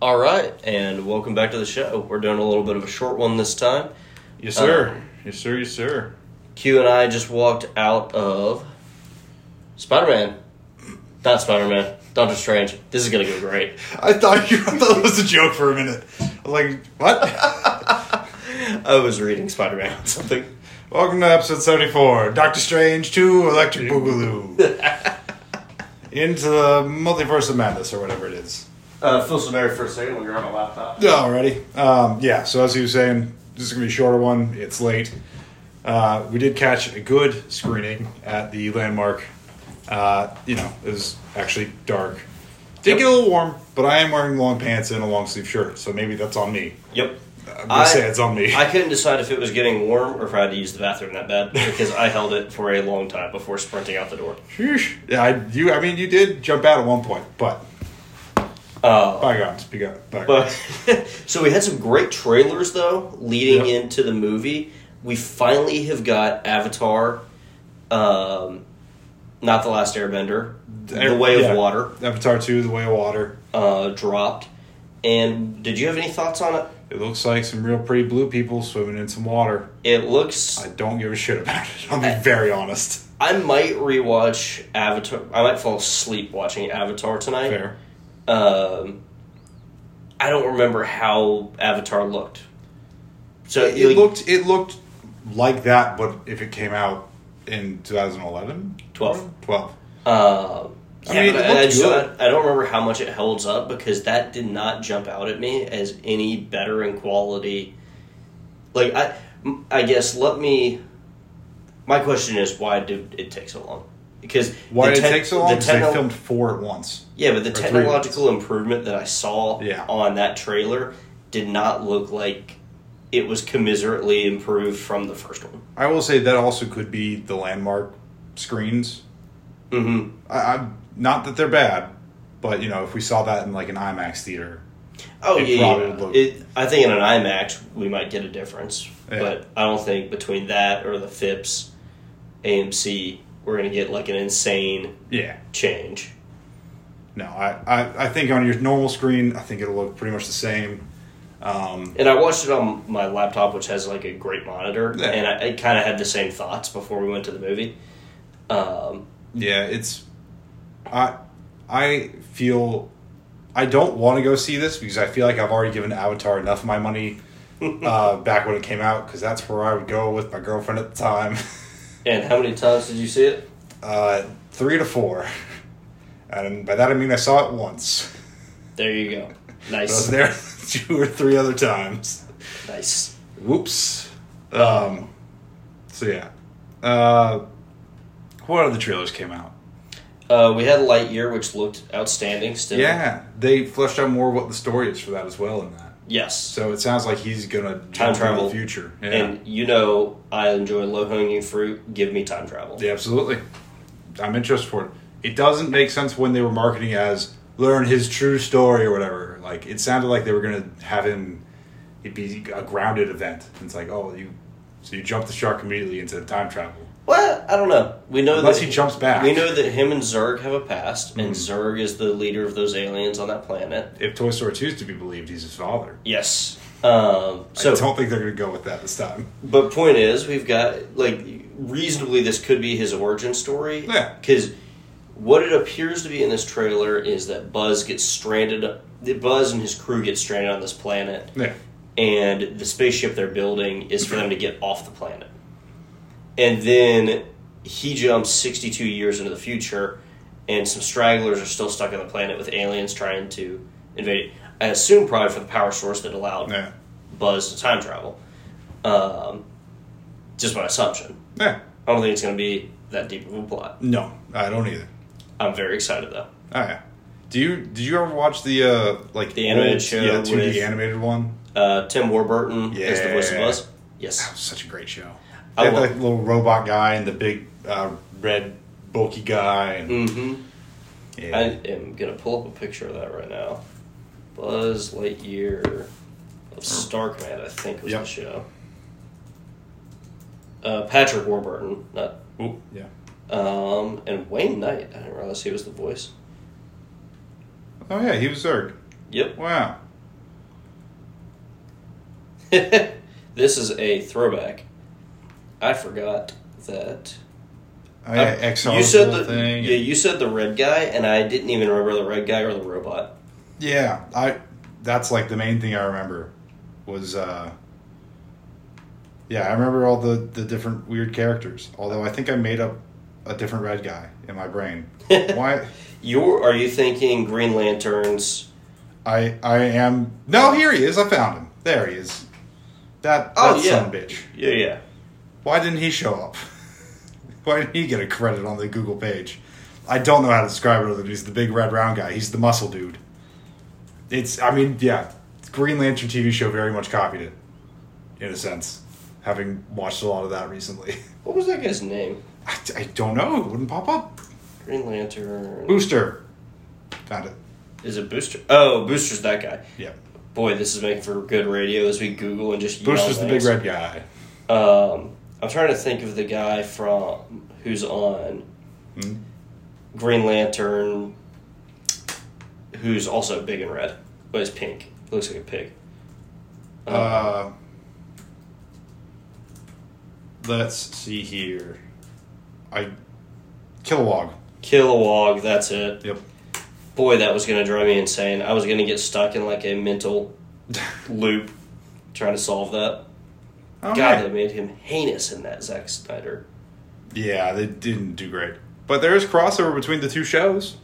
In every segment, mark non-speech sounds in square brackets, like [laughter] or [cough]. All right, and welcome back to the show. We're doing a little bit of a short one this time. Yes, sir. yes, sir. Yes, sir. Q and I just walked out of Spider Man. Not Spider Man. Doctor Strange. This is gonna go great. I thought you. [laughs] I thought it was a joke for a minute. I was like, [laughs] what? I was reading Spider Man something. Welcome to episode seventy-four. Doctor Strange Two: Electric Boogaloo. [laughs] Into the multiverse of madness, or whatever it is. Uh, feel so bad for a second when you're on a laptop. Alrighty. Um, yeah. So as he was saying, this is gonna be a shorter one. It's late. Uh, we did catch a good screening at the landmark. Uh, you know, it was actually dark. Did Yep. get a little warm, but I am wearing long pants and a long sleeve shirt, so maybe that's on me. Yep. I'm gonna say it's on me. I couldn't decide if it was getting warm or if I had to use the bathroom that bad because I held it for a long time before sprinting out the door. [laughs] Sheesh. Yeah, I, you. I mean, you did jump out at one point, but Uh, bygones, begun. but [laughs] so we had some great trailers though leading Yep. into the movie. We finally have got Avatar, um, not the Last Airbender, the Way Yeah. of Water Avatar Two: The Way of Water. uh, dropped. And did you have any thoughts on it? It looks like some real pretty blue people swimming in some water. It looks I don't give a shit about it. I'll [laughs] be very honest. I might rewatch Avatar. I might fall asleep watching Avatar tonight. Fair. Um, I don't remember how Avatar looked. So It, like, looked. It looked like that, but if it came out in 2011, Twelve. 12. um, I yeah, mean, but I, it I looked just- good. I don't remember how much it holds up because that did not jump out at me as any better in quality. Like I, I guess let me. My question is why did it take so long? Because Why the did it tech- take so long? The Because techno- they filmed four at once. Yeah, but the three technological improvement that I saw Yeah. on that trailer did not look like it was commiserately improved from the first one. I will say that also could be the landmark screens hmm I, I'm not that they're bad, but you know, if we saw that in like an IMAX theater, Oh It yeah, probably yeah. looked- It, I think in an IMAX we might get a difference, Yeah. but I don't think between that or the FIPS AMC we're gonna get like an insane yeah, change. no, I, I, I think on your normal screen, I think it'll look pretty much the same. And I watched it on my laptop, which has like a great monitor, Yeah. and I, I kind of had the same thoughts before we went to the movie. Um, Yeah, it's, I, I feel, I don't want to go see this because I feel like I've already given Avatar enough of my money. uh, back when it came out, because that's where I would go with my girlfriend at the time. [laughs] and how many times did you see it? Uh, three to four, and by that I mean I saw it once. There you go. [laughs] I Nice. was there two or three other times. Nice. Whoops. Um, so yeah. Uh, what other trailers came out? Uh, we had Lightyear, which looked outstanding still. Yeah, they fleshed out more what the story is for that as well in that. Yes. So it sounds like he's gonna Time jump into travel. the future. Yeah, And you know, I enjoy low hanging fruit. Give me time travel. yeah, absolutely. I'm interested for it. It doesn't make sense when they were marketing as learn his true story or whatever. Like it sounded like they were gonna have him. It'd be a grounded event. It's like oh you, so you jump the shark immediately into time travel. Well, I don't know. We know Unless that he jumps back. Mm. We know that him and Zurg have a past, and Zurg is the leader of those aliens on that planet. If Toy Story 2 is to be believed, he's his father. Yes. Um, so I don't think they're going to go with that this time. But point is, we've got like reasonably this could be his origin story. Yeah. Because what it appears to be in this trailer is that Buzz gets stranded. Buzz and his crew get stranded on this planet, [laughs] Yeah. and the spaceship they're building is for them to get off the planet. And then he jumps sixty-two years into the future, and some stragglers are still stuck on the planet with aliens trying to invade. it. I assume probably for the power source that allowed Yeah. Buzz to time travel. Um, just my assumption. Yeah. I don't think it's going to be that deep of a plot. No, I don't either. I'm very excited though. Oh, yeah. Do you did you ever watch the uh like The animated old- show Yeah, two with- D animated one. Uh, Tim Warburton is the voice of Yeah. Buzz. That Yes, was such a great show. I They had wa- like little robot guy and the big uh, red bulky guy. And, mm-hmm. yeah. I am going to pull up a picture of that right now. Buzz Lightyear of Starkman, I think was Oh. Yep. the show. Uh, Patrick Warburton, not Oop, yeah. um, and Wayne Knight. I didn't realize he was the voice. Oh yeah, he was Zerg. Yep. [laughs] Wow. this is a throwback. I forgot that. Oh, yeah, Uh, Exxon's you said whole the thing. yeah. You said the red guy, and I didn't even remember the red guy or the robot. Yeah, I. That's like the main thing I remember, was. uh Yeah, I remember all the the different weird characters. Although I think I made up a different red guy in [laughs] my brain. Why? You are you thinking Green Lanterns? I I am. No, here he is. I found him. There he is. That that Oh, yeah. son of a bitch. Yeah, yeah. Why didn't he show up? [laughs] Why didn't he get a credit on the Google page? I don't know how to describe it other than he's the big red round guy. He's the muscle dude. It's, I mean, yeah, Green Lantern TV show very much copied it, in a sense, having watched a lot of that recently. [laughs] What was that guy's name? I, I don't know. It wouldn't pop up. Green Lantern. Booster. Found it. Is it Booster? Oh, Booster's that guy. Yeah. Boy, this is making for good radio as we Google and just yell Booster's the big things. red guy. Um, I'm trying to think of the guy from who's on Hmm? Green Lantern, who's also big and red, but is pink. Looks like a pig. Um, Uh, let's see here. I. Kilowog. Kilowog, that's it. Yep. Boy, that was gonna drive me insane. I was gonna get stuck in like a [laughs] mental loop trying to solve that. Oh, God, yeah. they made him heinous in that Zack Snyder. Yeah, they didn't do great. But there is crossover between the two shows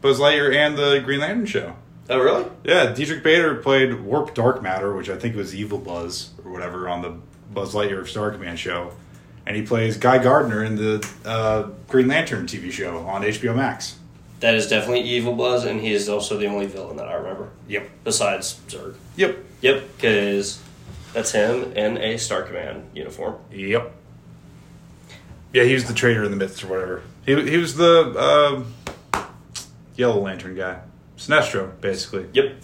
Buzz Lightyear and the Green Lantern show. Oh, really? Yeah, Dietrich Bader played Warp Dark Matter, which I think was Evil Buzz or whatever on the Buzz Lightyear Star Command show. And he plays Guy Gardner in the uh, Green Lantern TV show on HBO Max. That is definitely Evil Buzz, and he is also the only villain that I remember, Yep. besides Zurg. Yep. Yep, because that's him in a Star Command uniform. Yep. Yeah, he was the traitor in the midst or whatever. He, he was the uh, Yellow Lantern guy. Sinestro, basically. Yep.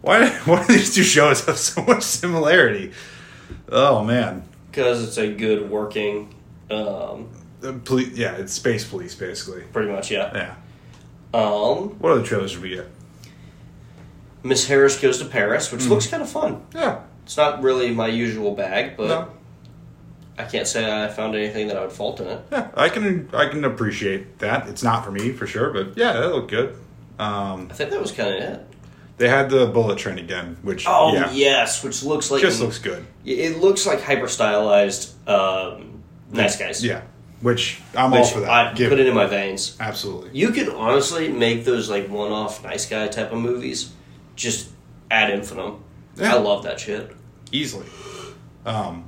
Why, [laughs] why do these two shows have so much similarity? Oh man, Because it's a good working, um, the poli- yeah, it's space police basically. pretty much, yeah. Yeah. Um, What other trailers did we get? Miss Harris goes to Paris, which looks kind of fun. Yeah. It's not really my usual bag, but No. I can't say I found anything that I would fault in it. Yeah, I can I can appreciate that. It's not for me for sure, but yeah, that looked good. Um, I think that was kind of it. they had the bullet train again, which Oh yeah, yes, which looks like just looks good. it looks like hyper stylized um, nice guys. Yeah, which I'm all which for that. I Give put it. it in my veins. Absolutely. You could honestly make those like one-off nice guy type of movies just ad infinitum. Yeah. I love that shit. Easily. Um,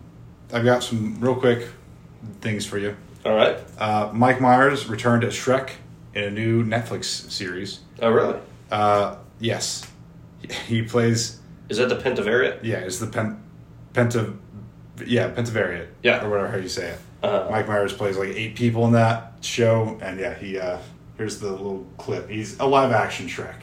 I've got some real quick things for you. All right. Uh, Mike Myers returned as Shrek in a new Netflix series. Oh really? Uh, yes, he plays. Is that the Pentavariate? Yeah, it's the Pen, Penta, yeah, Pentavariate. Yeah. or whatever how you say it. Uh, Mike Myers plays like eight people in that show, and yeah, he. Uh, here's the little clip. He's a live action Shrek.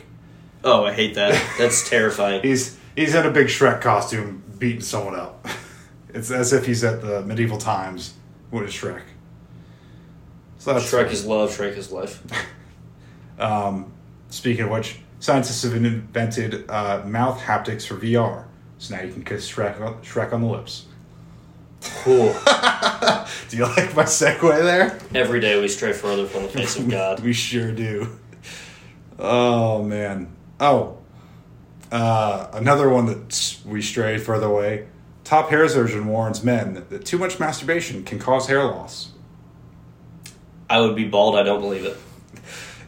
oh, I hate that. [laughs] That's terrifying. He's he's in a big Shrek costume beating someone up. [laughs] it's as if he's at the medieval times with a Shrek. So that's Shrek is love. Shrek is life. Um, speaking of which, scientists have invented uh, mouth haptics for VR. So now you can kiss Shrek on, Shrek on the lips. Cool. Do you [laughs] like my segue there? [laughs] Every day we stray further from the face of God. We sure do. Oh, man. Oh. Uh, another one that we stray further away. Top hair surgeon warns men that too much masturbation can cause hair loss. I would be bald. I don't believe it.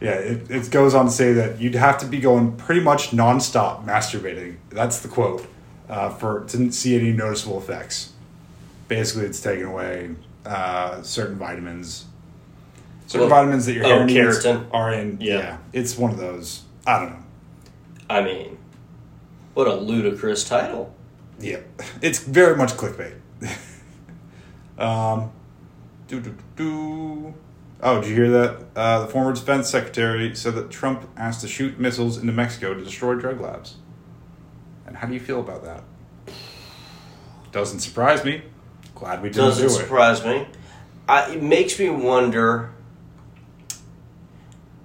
Yeah, it, it goes on to say that you'd have to be going pretty much nonstop masturbating. That's the quote uh, for to see any noticeable effects. Basically, it's taking away uh, certain vitamins, certain Well, vitamins that your oh, hair needs keratin. are in. Yeah. Yeah. it's one of those. I don't know. I mean, what a ludicrous title. Yeah, it's very much clickbait. [laughs] um, do do do. Oh, did you hear that? Uh, the former defense secretary said that Trump asked to shoot missiles into Mexico to destroy drug labs. And how do you feel about that? Doesn't surprise me. Glad we didn't Doesn't do it. surprise me. I, it makes me wonder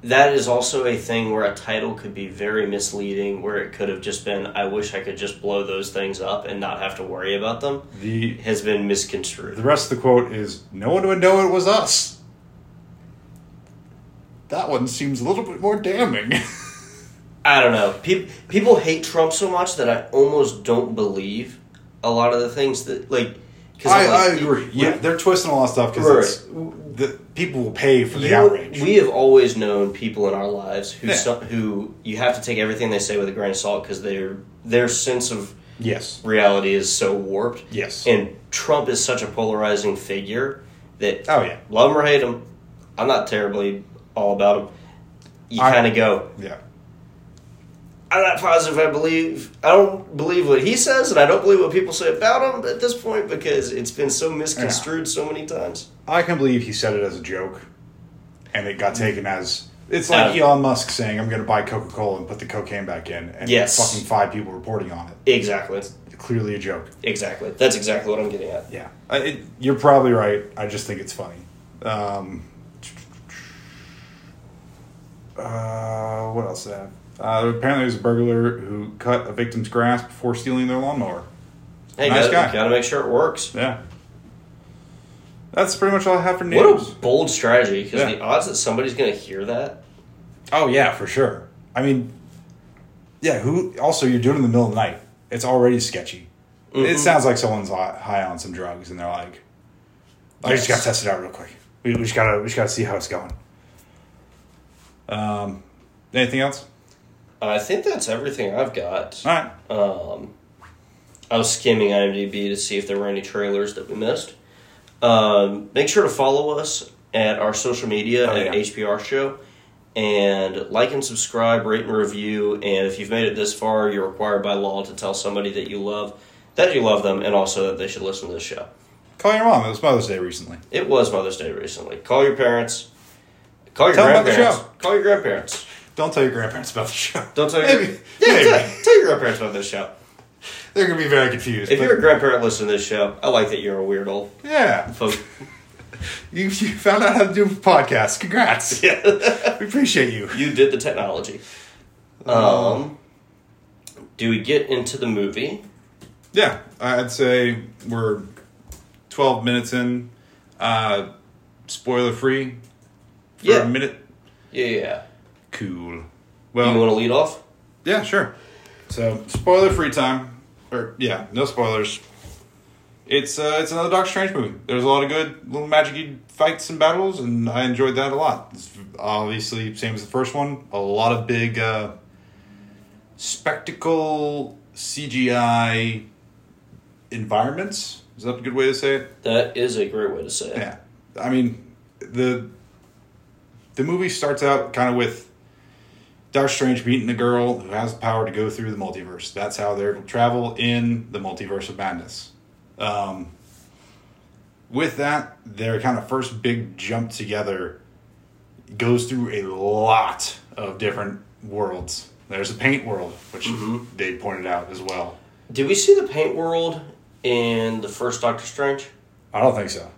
that is also a thing where a title could be very misleading, where it could have just been, I wish I could just blow those things up and not have to worry about them, The has been misconstrued. the rest of the quote is no one would know it was us. That one seems a little bit more damning. [laughs] I don't know. Pe- people hate Trump so much that I almost don't believe a lot of the things that, like, because I, I agree. Yeah, they're twisting a lot of stuff because Right. the people will pay for the You- outrage. We have always known people in our lives who Yeah. some, who you have to take everything they say with a grain of salt because their their sense of yes, reality is so warped. yes. And Trump is such a polarizing figure that oh yeah, love him or hate him, I'm not terribly all about him. You I- kind of go. yeah. I'm not positive. I believe I don't believe what he says, and I don't believe what people say about him at this point because it's been so misconstrued so many times. I can believe he said it as a joke, and it got taken as it's like Uh, Elon Musk saying, "I'm going to buy Coca Cola and put the cocaine back in," and Yes. fucking five people reporting on it. Exactly. Clearly a joke. Exactly. That's exactly what I'm getting at. Yeah, I, it, you're probably right. I just think it's funny. Um, uh, what else? did I have? Uh, apparently, there's a burglar who cut a victim's grass before stealing their lawnmower. Hey, Nice gotta, guy. gotta make sure it works. Yeah, that's pretty much all I have for news. What a bold strategy! Because Yeah. the odds that somebody's gonna hear that, Oh yeah, for sure. I mean, yeah. Who also you're doing it in the middle of the night? It's already sketchy. It Mm-hmm. sounds like someone's hi- high on some drugs, and they're like, "I just got to Yes. test it out real quick. We, we just gotta we just gotta see how it's going." Um, anything else? I think that's everything I've got. All right. Um, I was skimming IMDb to see if there were any trailers that we missed. Um, make sure to follow us at our social media Oh, at yeah. HPR Show. And like and subscribe, rate and review. And if you've made it this far, you're required by law to tell somebody that you love that you love them, and also that they should listen to this show. Call your mom. It was Mother's Day recently. It was Mother's Day recently. Call your parents. Call your Tell 'em about the grandparents. show. Call your grandparents. Don't tell your grandparents about the show. Don't tell your Maybe. yeah. Maybe. Tell, tell your grandparents about this show. They're gonna be very confused. If but- you're a grandparent listening to this show, I like that you're a weird old yeah, folk. you, you found out how to do a podcast. Congrats. Yeah. [laughs] We appreciate you. you did the technology. Uh-huh. Um, do we get into the movie? Yeah, I'd say we're 12 minutes in. Uh, spoiler free for Yeah. a minute. Yeah, yeah. Cool. yeah. Well, You want to lead off? yeah, sure. So, spoiler free time. Or, yeah, no spoilers. It's uh, it's another Doctor Strange movie. There's a lot of good little magic fights and battles, and I enjoyed that a lot. It's obviously, same as the first one, a lot of big uh, spectacle CGI environments. Is that a good way to say it? That is a great way to say it. Yeah, I mean the the movie starts out kind of with Doctor Strange meeting a girl who has the power to go through the multiverse. That's how they are travel in the multiverse of madness. Um, with that, their kind of first big jump together goes through a lot of different worlds. There's a paint world, which Mm-hmm. they pointed out as well. Did we see the paint world in the first Doctor Strange? I don't think so.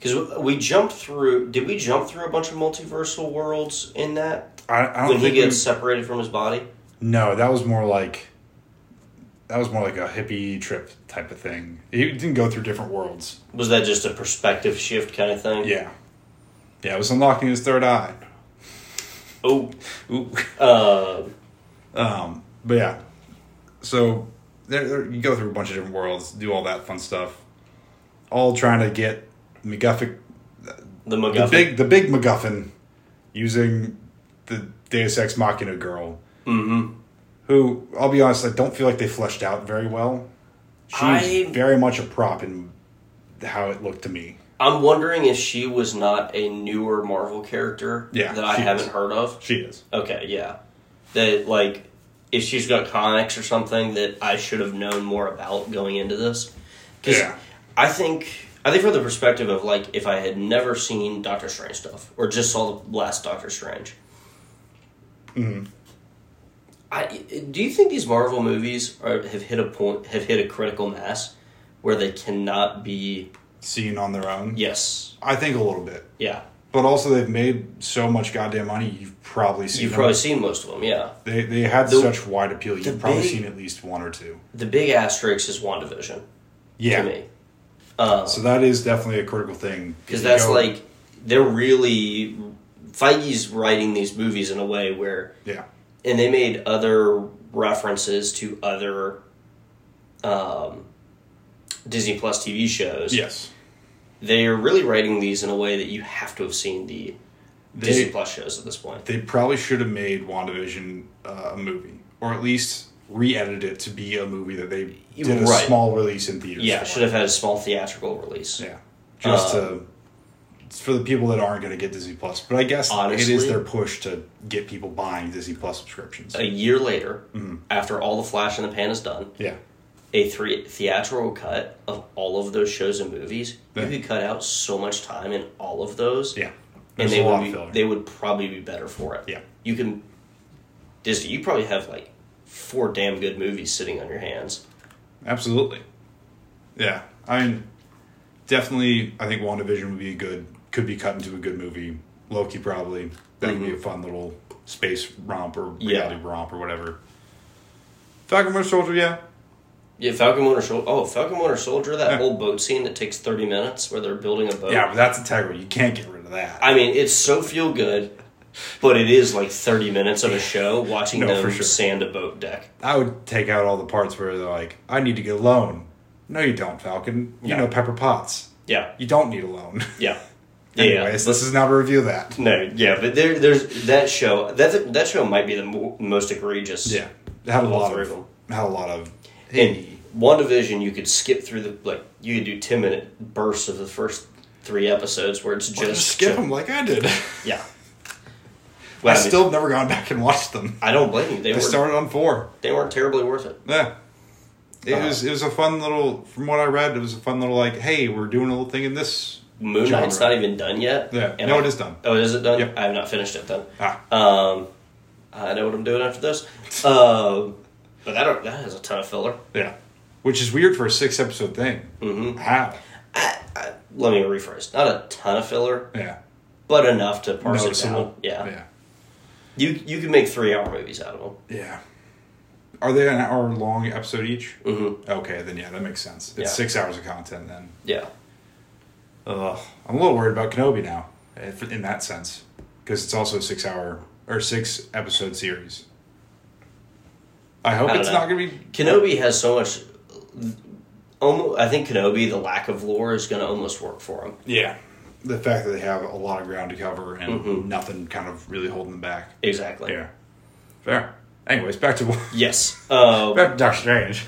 Because we jumped through. Did we jump through a bunch of multiversal worlds in that I, I don't when he think we- gets separated from his body? No, that was more like that was more like a hippie trip type of thing. He didn't go through different worlds. Was that just a perspective shift kind of thing? Yeah. Yeah, it was unlocking his third eye. Oh, Ooh. uh, Um, but yeah. So there, there, you go through a bunch of different worlds, do all that fun stuff. All trying to get McGuffin the the MacGuffin. big the big MacGuffin using the Deus Ex Machina girl. Mhm. Who I'll be honest, I don't feel like they fleshed out very well. She's I- very much a prop in how it looked to me. I'm wondering if she was not a newer Marvel character Yeah, that I she haven't is. heard of. She is. Okay, yeah. That like if she's got comics or something that I should have known more about going into this. 'Cause Yeah. I think I think from the perspective of like if I had never seen Doctor Strange stuff or just saw the last Doctor Strange. Mm-hmm. I do you think these Marvel movies are, have hit a point have hit a critical mass where they cannot be Seen on their own. yes I think a little bit. yeah But also, they've made so much goddamn money. You've probably seen. You've them. probably seen most of them, yeah. They they had The- such wide appeal. the You've probably big- seen at least one or two. The big asterisk is WandaVision Yeah. to me. Uh, So that is definitely a critical thing because You that's go- like they're really Feige's writing these movies in a way where, yeah, and they made other references to other um, Disney Plus TV shows. yes. they're really writing these in a way that you have to have seen the Disney Plus shows at this point. They probably should have made WandaVision uh, a movie, or at least re-edited it to be a movie that they did a Right. small release in theaters. Yeah, for. should have Um, had a small theatrical release. Yeah, just to it's for the people that aren't going to get Disney Plus. But I guess it is Honestly- their push to get people buying Disney Plus subscriptions. A year later, Mm-hmm. after all the Flash and the Pan is done, yeah, a three theatrical cut of all of those shows and movies, Yeah. you could cut out so much time in all of those. yeah. and There's they a would lot of be, filler. they would probably be better for it. Yeah. you can Disney. You probably have like four damn good movies sitting on your hands. Absolutely. Yeah, I mean, definitely. I think WandaVision would be a good could be cut into a good movie. Loki probably that could be a fun little space romp or Yeah. reality romp or whatever. Falcon Winter Soldier, yeah, Yeah, Falcon Winter Soldier. Oh, Falcon Winter Soldier. That Yeah. whole boat scene that takes thirty minutes where they're building a boat. yeah, but that's integral. You can't get rid of that. I mean, it's so feel good, but it is like thirty minutes of a show watching No, them for sure. sand a boat deck. I would take out all the parts where they're like, "I need to get a loan." No, you don't, Falcon. You Yeah. know Pepper Potts. Yeah, You don't need a [laughs] loan. yeah, yeah. Anyways, this is not a review of that. No, yeah, but there, there's that show. That that show might be the mo- most egregious. Yeah, it had a All lot three of of them. had a lot of. In WandaVision, you could skip through the like you could do ten minute bursts of the first three episodes where it's just just skip them like I did. [laughs] Yeah. I Well, I, mean, still have never gone back and watched them. I don't blame you. They They were started on four. they weren't terribly worth it. Yeah. It Uh, was it was a fun little from what I read, it was a fun little like, hey, we're doing a little thing in this Moon Knight's genre. not even done yet. Yeah. And No, I- it is done. Oh, is it done? Yep. I have not finished it then. Ah. Um, I know what I'm doing after this. [laughs] Um, but that don't, that has a ton of filler. Yeah. Which is weird for a six episode thing. Mm-hmm. How? Let me rephrase. Not a ton of filler, Yeah. but enough to parse it down. Noticeable. Yeah. Yeah. You you can make three hour movies out of them. Yeah. Are they an hour long episode each? Mhm. Okay, then yeah, that makes sense. It's Yeah. six hours of content then. Yeah. Ugh. I'm a little worried about Kenobi now, if- in that sense, because it's also a six hour or six episode series. I hope I don't it's know. not going to be. Kenobi has so much. Almost, I think Kenobi, the lack of lore is going to almost work for him. Yeah. The fact that they have a lot of ground to cover and Mhm. nothing kind of really holding them back. Exactly. Yeah. Fair. Anyways, back to [laughs] Yes. Um, back to Doctor Strange.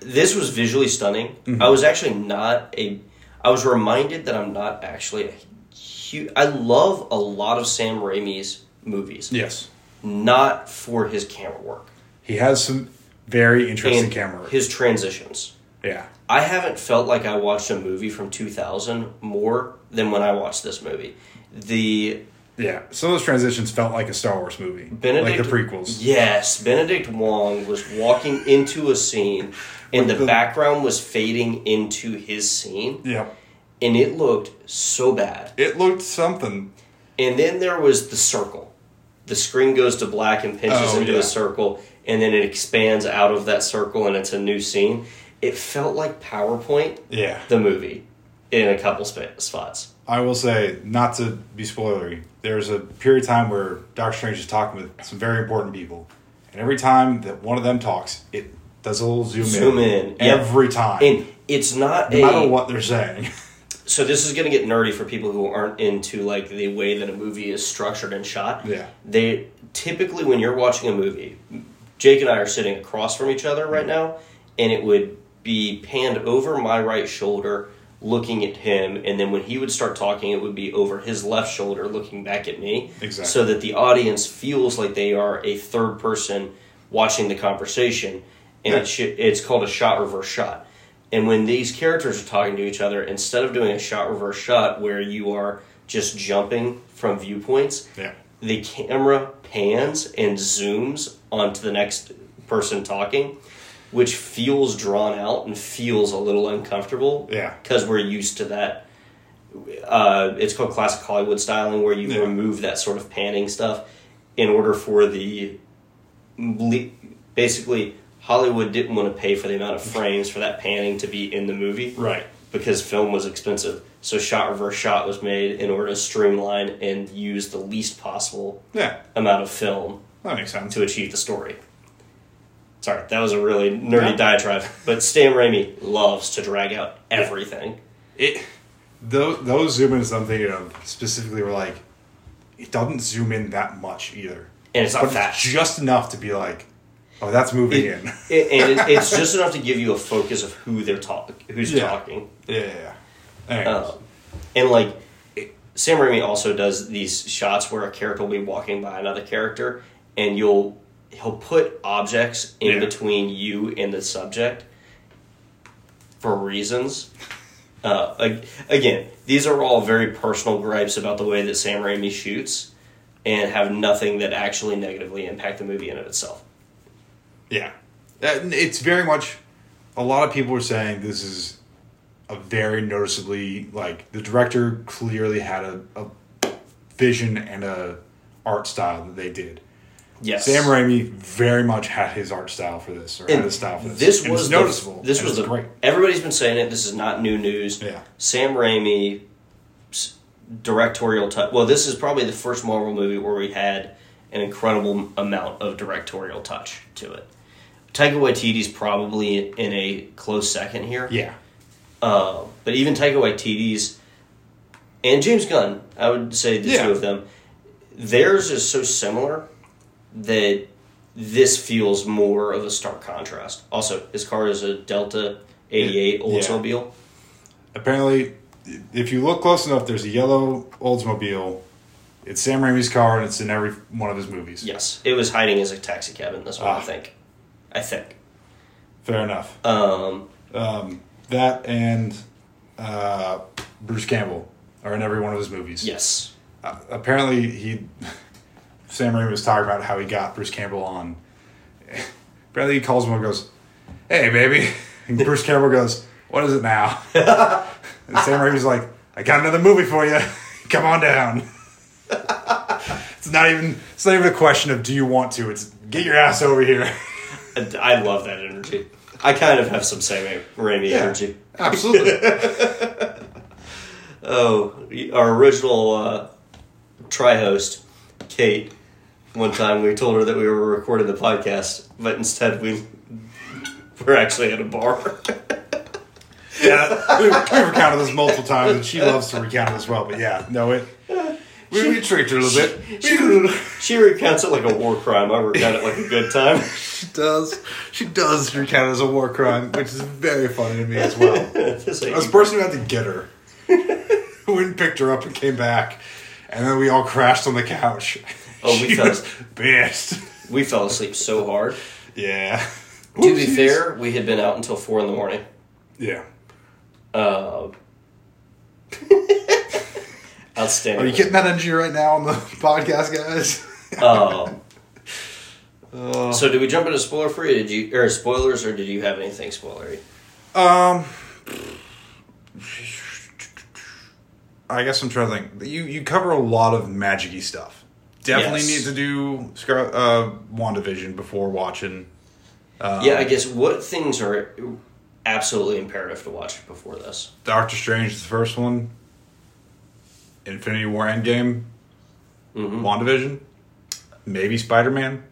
this was visually stunning. Mm-hmm. I was actually not a. I was reminded that I'm not actually a huge. I love a lot of Sam Raimi's movies, Yes. not for his camera work He has some very interesting and camera. work. his transitions. yeah. I haven't felt like I watched a movie from 2000 more than when I watched this movie. The Yeah. Some of those transitions felt like a Star Wars movie, Benedict like the prequels. Yes, Benedict Wong was walking into a scene, and the, With the- background was fading into his scene, Yeah. and it looked so bad. It looked something. And then there was the circle. The screen goes to black and pinches Oh, into yeah. a circle, and then it expands out of that circle, and it's a new scene. It felt like PowerPoint, Yeah. the movie, in a couple sp- spots. I will say, not to be spoilery, there's a period of time where Doctor Strange is talking with some very important people. And every time that one of them talks, it does a little zoom, Zoom in. in, yeah. Every time. And it's not no a matter what they're saying. [laughs] so this is going to get nerdy for people who aren't into like the way that a movie is structured and shot. Yeah. They typically when you're watching a movie, Jake and I are sitting across from each other Mm-hmm. right now, and it would be panned over my right shoulder looking at him and then when he would start talking it would be over his left shoulder looking back at me Exactly. so that the audience feels like they are a third person watching the conversation and Yeah. it sh- it's called a shot reverse shot and when these characters are talking to each other instead of doing a shot reverse shot where you are just jumping from viewpoints yeah. the camera pans and zooms onto the next person talking, which feels drawn out and feels a little uncomfortable. Yeah. Because we're used to that. uh, it's called classic Hollywood styling, where you Yeah. remove that sort of panning stuff in order for the le- basically Hollywood didn't want to pay for the amount of frames for that panning to be in the movie, Right. Because film was expensive, so shot reverse shot was made in order to streamline and use the least possible Yeah, amount of film that makes sense. to achieve the story. Sorry, that was a really nerdy Yeah. diatribe, but Stan Raimi loves to drag out everything. It those those zoom ins I'm thinking of specifically were like it doesn't zoom in that much either, And it's not but fast. it's just enough to be like, oh, that's moving It- in. [laughs] it- and it, it's just enough to give you a focus of who they're talk, who's Yeah. talking. yeah, yeah. yeah. Anyways. Um, and like it- Sam Raimi also does these shots where a character will be walking by another character, and you'll he'll put objects in Yeah. between you and the subject for reasons. Uh, ag- again, these are all very personal gripes about the way that Sam Raimi shoots, and have nothing that actually negatively impact the movie in of itself. Yeah. Uh, It's very much a lot of people were saying this is a very noticeably like the director clearly had a, a vision and a art style that they did. Yes, Sam Raimi very much had his art style for this or had his style for this. This And was, it's the- noticeable. this and was it's the- great. Everybody's been saying it. This is not new news. Yeah. Sam Raimi s- directorial touch. Well, this is probably the first Marvel movie where we had an incredible amount of directorial touch to it. Taika Waititi's probably in a close second here. Yeah. Uh, but even Taika Waititi's and James Gunn, I would say the Yeah. two of them, theirs is so similar that this feels more of a stark contrast. Also, his car is a Delta 88 Yeah. Oldsmobile. Apparently if you look close enough there's a yellow Oldsmobile. It's Sam Raimi's car and it's in every one of his movies. Yes, it was hiding as a taxi cab in this one, I Ah. think. I think. Fair enough. Um, Um, that and uh, Bruce Campbell are in every one of his movies. yes. Uh, apparently, he [laughs] Sam Raimi was talking about how he got Bruce Campbell on. apparently, he calls him and goes, "Hey, baby," [laughs] and Bruce Campbell goes, "What is it now?" and Sam Raimi's like, "I got another movie for you. [laughs] Come on down." [laughs] it's not even it's not even a question of do you want to. It's get your ass over here. And I love that energy. I kind of have some Sam Raimi energy. [laughs] absolutely. Oh, our original uh, tri host, Kate, one time we told her that we were recording the podcast, but instead we were actually at a bar. Yeah, we, we recounted this multiple times, and she loves to recount it as well. But yeah, no, it. We, we tricked her a little bit. She, she recounts it like a war crime. I recount it like a good time. [laughs] She does. She does recount it as a war crime, which is very funny to me as well. I This ain't- was personally about to get her. We went and picked her up and came back, and then we all crashed on the couch. Oh, we She fell- was pissed. we fell asleep so hard. Yeah. To be Whoopsies. fair, we had been out until 4 in the morning. Yeah. Uh, outstanding. Are you getting that energy right now on the [laughs] podcast, guys? Um, Uh. so did we jump into spoiler free? Did you or spoilers or did you have anything spoilery? Um, I guess I'm trying to think. You you cover a lot of magicy stuff. Definitely Yes. need to do Scar- uh, Wandavision before watching. yeah, Um, I guess what things are absolutely imperative to watch before this? Doctor Strange, the first one. Infinity War Endgame. Mm-hmm. WandaVision. Maybe Spider Man.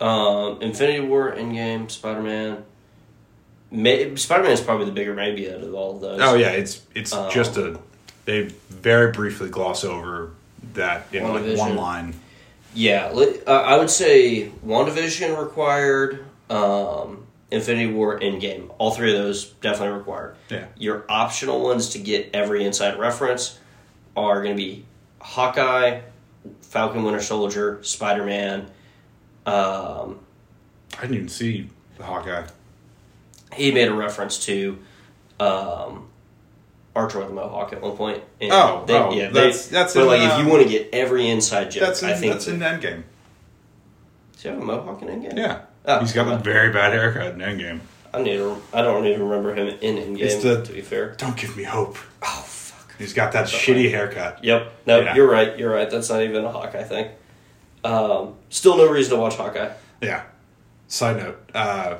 Um, Infinity War, Endgame, Spider Man. May- Spider Man is probably the bigger maybe out of all of those. Oh, yeah, it's it's Um, just a. They very briefly gloss over that in like one WandaVision. line. Yeah, li- uh, I would say WandaVision required, um, Infinity War, Endgame. All three of those definitely required. Yeah. Your optional ones to get every inside reference are going to be Hawkeye, Falcon Winter Soldier, Spider Man. Um, I didn't even see the Hawkeye. he made a reference to um, Archer with a Mohawk at one point. And Oh, oh, that's- that's But in, like, if um, you want to get every inside joke, That's in, I think that's in Endgame. Does he have a Mohawk in Endgame? Yeah. Oh, He's got a okay. very bad haircut in Endgame. I need. To, I don't even remember him in Endgame. It's the- to be fair. Don't give me hope. Oh fuck. He's got that shitty haircut. Yep. No, Yeah. you're right. You're right. That's not even a Hawkeye thing. Um, still no reason to watch Hawkeye. Yeah. Side note, uh,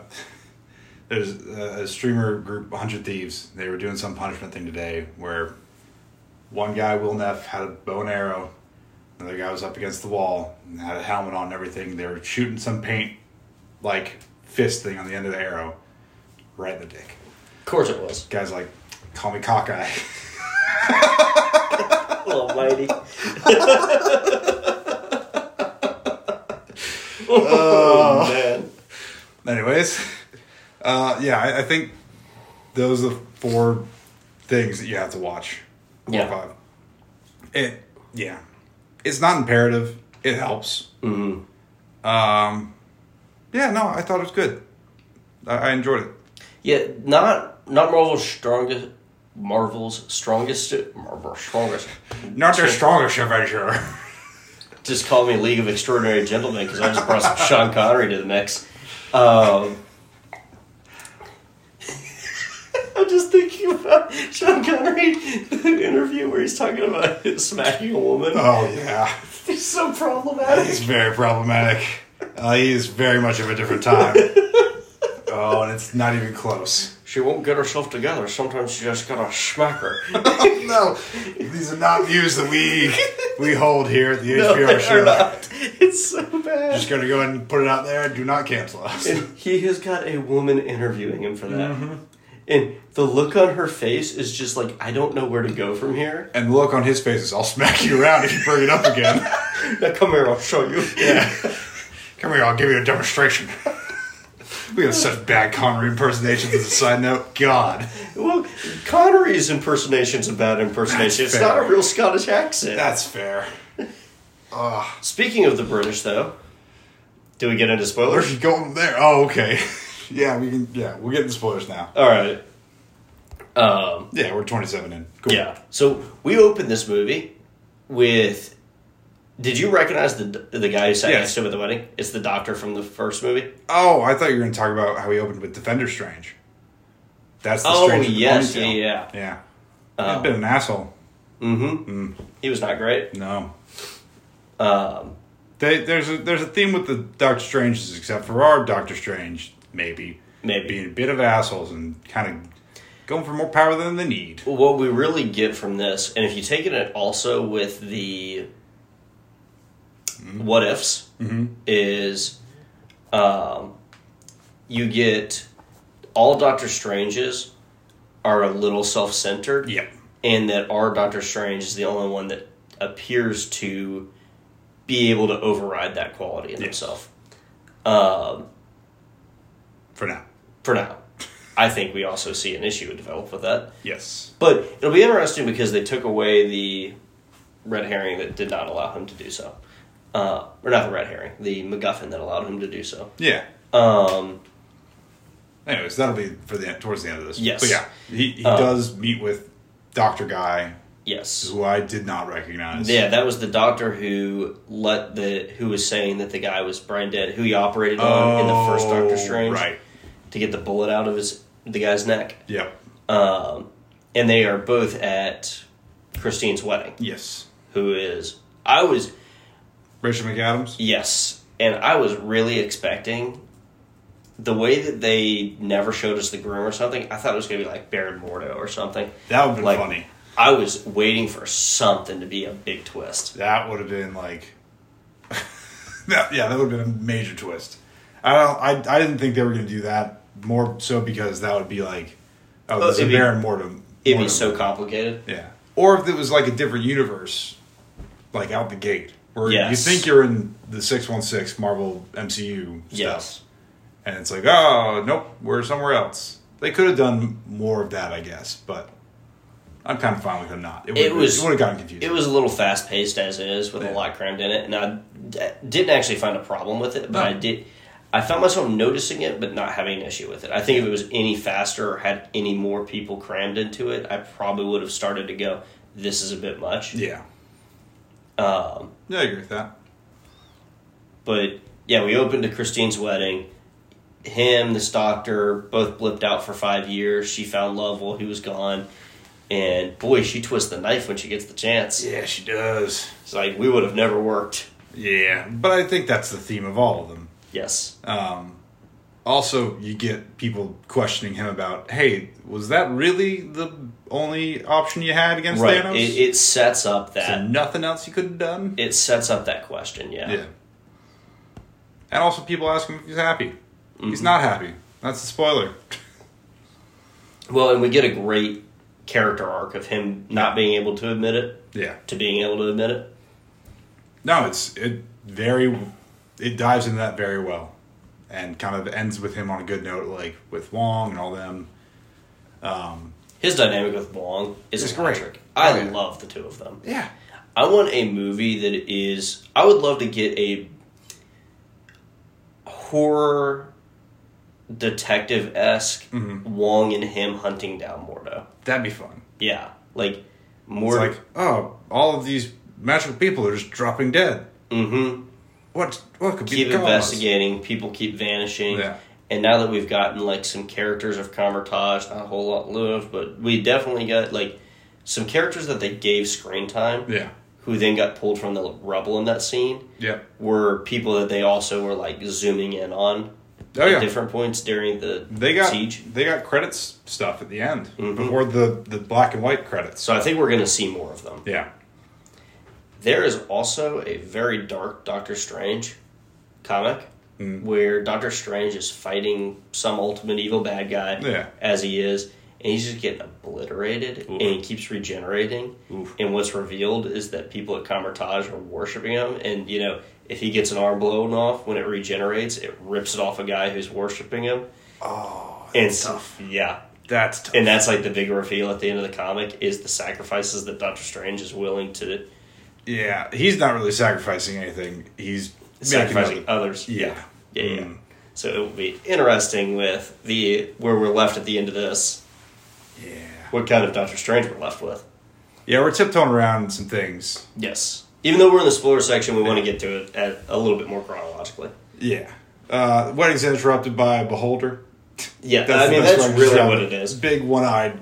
[laughs] there's a streamer group, 100 Thieves. They were doing some punishment thing today where one guy, Will Neff, had a bow and arrow. Another guy was up against the wall and had a helmet on and everything. They were shooting some paint, like, fist thing on the end of the arrow, right in the dick. Of course it [laughs] was. Guy's like, call me cockeye. [laughs] Almighty. [laughs] oh man. Anyways, uh, yeah, I, I think those are the four things that you have to watch. Four or Yeah. five. It, yeah. It's not imperative. It helps. Mm-hmm. Um, yeah, no, I thought it was good. I, I enjoyed it. Yeah, not not Marvel's strongest. Marvel's strongest. Marvel strongest. Not their strongest adventure. [laughs] Just call me League of Extraordinary Gentlemen because I just brought some Sean Connery to the mix. Um, [laughs] I'm just thinking about Sean Connery the interview where he's talking about smacking a woman. oh, yeah. [laughs] He's so problematic. He's very problematic. Uh, he is very much of a different time. oh, and it's not even close. She won't get herself together. Sometimes you just gotta smack [laughs] her. no, these are not views that we we hold here at the No, HBO they're show. not. It's so bad. Just gonna go ahead and put it out there. Do not cancel us. and he has got a woman interviewing him for that. Mm-hmm. And the look on her face is just like, I don't know where to go from here. [laughs] And the look on his face is, "I'll smack you around if you bring it up again." [laughs] Now come here, I'll show you. yeah. Come here, I'll give you a demonstration. we have such bad Connery impersonations. As a side note, God, Well, Connery's impersonation's a bad impersonation. That's It's fair. not a real Scottish accent. that's fair. Speaking of the British, though, do we get into spoilers? Where's you going there? Oh, okay. [laughs] yeah, we can. Yeah, we'll get the spoilers now. All right. Um, Yeah, we're twenty-seven in. Cool. Yeah. So we opened this movie with. Did you recognize the the guy who sat Yes. next to him at the wedding? It's the doctor from the first movie. Oh, I thought you were going to talk about how he opened with Defender Strange. That's the Oh, Strange with the yes, ponytail. yeah, Um, yeah. He's been an asshole. He was not great. No, Um, they, there's a there's a theme with the Doctor Stranges, except for our Doctor Strange, maybe Maybe. being a bit of assholes and kind of going for more power than they need. what we really get from this, and if you take it also with the what ifs, is um, you get all Doctor Stranges are a little self centered. Yep. and that our Doctor Strange is the only one that appears to be able to override that quality in Yes. himself. Um, For now, for now, I think we also see an issue develop with that. yes. But it'll be interesting because they took away the red herring that did not allow him to do so, uh, or not the red herring, the MacGuffin that allowed him to do so. Yeah. Um, Anyways, that'll be for the towards the end of this. Yes. But yeah, he he Uh, does meet with Doctor Guy, yes. who I did not recognize. Yeah, that was the doctor who let the who was saying that the guy was brain dead, who he operated on um, in the first Doctor Oh, Strange, Right. to get the bullet out of his the guy's neck. Yep. Um, and they are both at Christine's wedding. Yes. Who is I was Rachel McAdams. yes, and I was really expecting the way that they never showed us the groom or something. I thought it was going to be like Baron Mordo or something. That would have been Like- funny. I was waiting for something to be a big twist. That would have been like, [laughs] that, yeah, that would have been a major twist. I don't. I, I didn't think they were going to do that more so because that would be like, oh, Oh, there's a it'd be- Baron Mortem. It'd be Mortem. so complicated. yeah. Or if it was like a different universe, like out the gate, where you Yes. think you're in the six one six Marvel MCU stuff, Yes. and it's like, oh nope, we're somewhere else. They could have done more of that, I guess, but I'm kind of fine with them not. It, would've- was- it would have gotten confusing. It was a little fast paced as is with a lot crammed in it, and I d- didn't actually find a problem with it, but No. I did. I found myself noticing it, but not having an issue with it. I think if it was any faster or had any more people crammed into it, I probably would have started to go. This is a bit much. yeah, Um, yeah, I agree with that. but yeah, we opened to Christine's wedding. Him, this doctor, both blipped out for five years. She found love while he was gone, And boy, she twists the knife when she gets the chance. Yeah, she does. It's like we would have never worked. Yeah, but I think that's the theme of all of them. Yes. Um, also, you get people questioning him about, hey, was that really the only option you had against Right. Thanos? It, it sets up that so nothing else you could have done. it sets up that question. Yeah. yeah. And also, people ask him if he's happy. Mm-hmm. He's not happy. That's the spoiler. Well, and we get a great character arc of him not being able to admit it Yeah. to being able to admit it. No, it's it very it dives into that very well, and kind of ends with him on a good note, like with Wong and all them. His dynamic with Wong is It's great. electric. I Oh, yeah. love the two of them. Yeah, I want a movie that is. I would love to get a horror detective esque Mm-hmm. Wong and him hunting down Mordo. that'd be fun. Yeah, like It's Mordo. like oh, all of these magical people are just dropping dead. mm-hmm. What what could Keep be the cause? investigating. People keep vanishing. Yeah. And now that we've gotten like some characters of Kamertage, not a whole lot lived, but we definitely got like some characters that they gave screen time, Yeah, who then got pulled from the rubble in that scene. yeah, were people that they also were like zooming in on oh at yeah. different points during the They got siege. they got credits stuff at the end Mhm. before the the black and white credits. So I think we're going to see more of them. Yeah, There is also a very dark Doctor Strange comic Mm. where Doctor Strange is fighting some ultimate evil bad guy Yeah. as he is, and he's just getting obliterated, and he keeps regenerating. Oof. And what's revealed is that people at Kamertage are worshiping him, and you know if he gets an arm blown off when it regenerates, it rips it off a guy who's worshiping him. Oh, and so- Yeah, that's tough. and that's like the big reveal at the end of the comic is the sacrifices that Doctor Strange is willing to yeah, he's not really sacrificing anything. He's sacrificing Making other, others. yeah, Yeah, yeah. Mm. So it will be interesting with the where we're left at the end of this. yeah. What kind of Doctor Strange we're left with? Yeah, we're tiptoeing around some things. Yes. Even though we're in the spoiler section, we want to get to it at a little bit more chronologically. Yeah. Uh, wedding's interrupted by a beholder. Yeah, I the mean best that's way I can really describe what it is. Big one eyed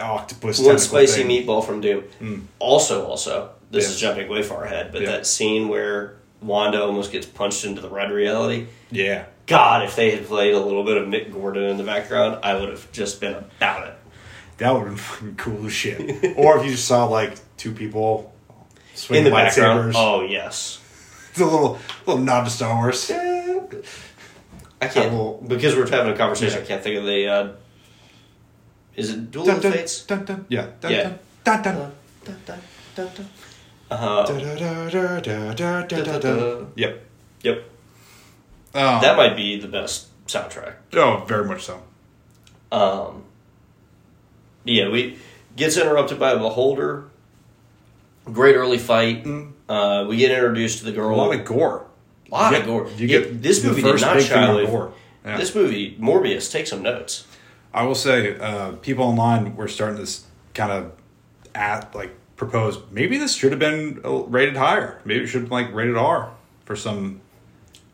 octopus. One tentacle spicy thing. meatball from Doom. Also, also, this is Yeah. jumping way far ahead, but Yeah. that scene where Wanda almost gets punched into the red reality. Yeah. God, if they had played a little bit of Mick Gordon in the background, I would have just been about it. That would have been [laughs] fucking cool as shit. or if you just saw like two people In swinging the lightsabers. background. Oh yes. It's a little, little nod to Star Wars. I can't will- Uh, because we're having a conversation. Yeah. I can't think of the. Uh, is it Duel Dun, of dun, Fates? dun, dun. Yeah. Dun, Yeah. Dun, dun, Uh, dun, dun, dun, dun, dun, dun, dun, Da-da-da. dun. Yep. yep, Um, that might be the best soundtrack. oh, very much so. Um, yeah, we gets interrupted by a beholder. Great early fight. Uh, we get introduced to the A girl. lot of gore. lot you of get- gore. you Yeah, get this the movie first did not big thing shy on away. gore. Yeah. This movie, Morbius, take some notes. I will say, uh, people online were starting to s- kind of at like propose maybe this should have been uh, rated higher. Maybe it should have been, like rated R for some.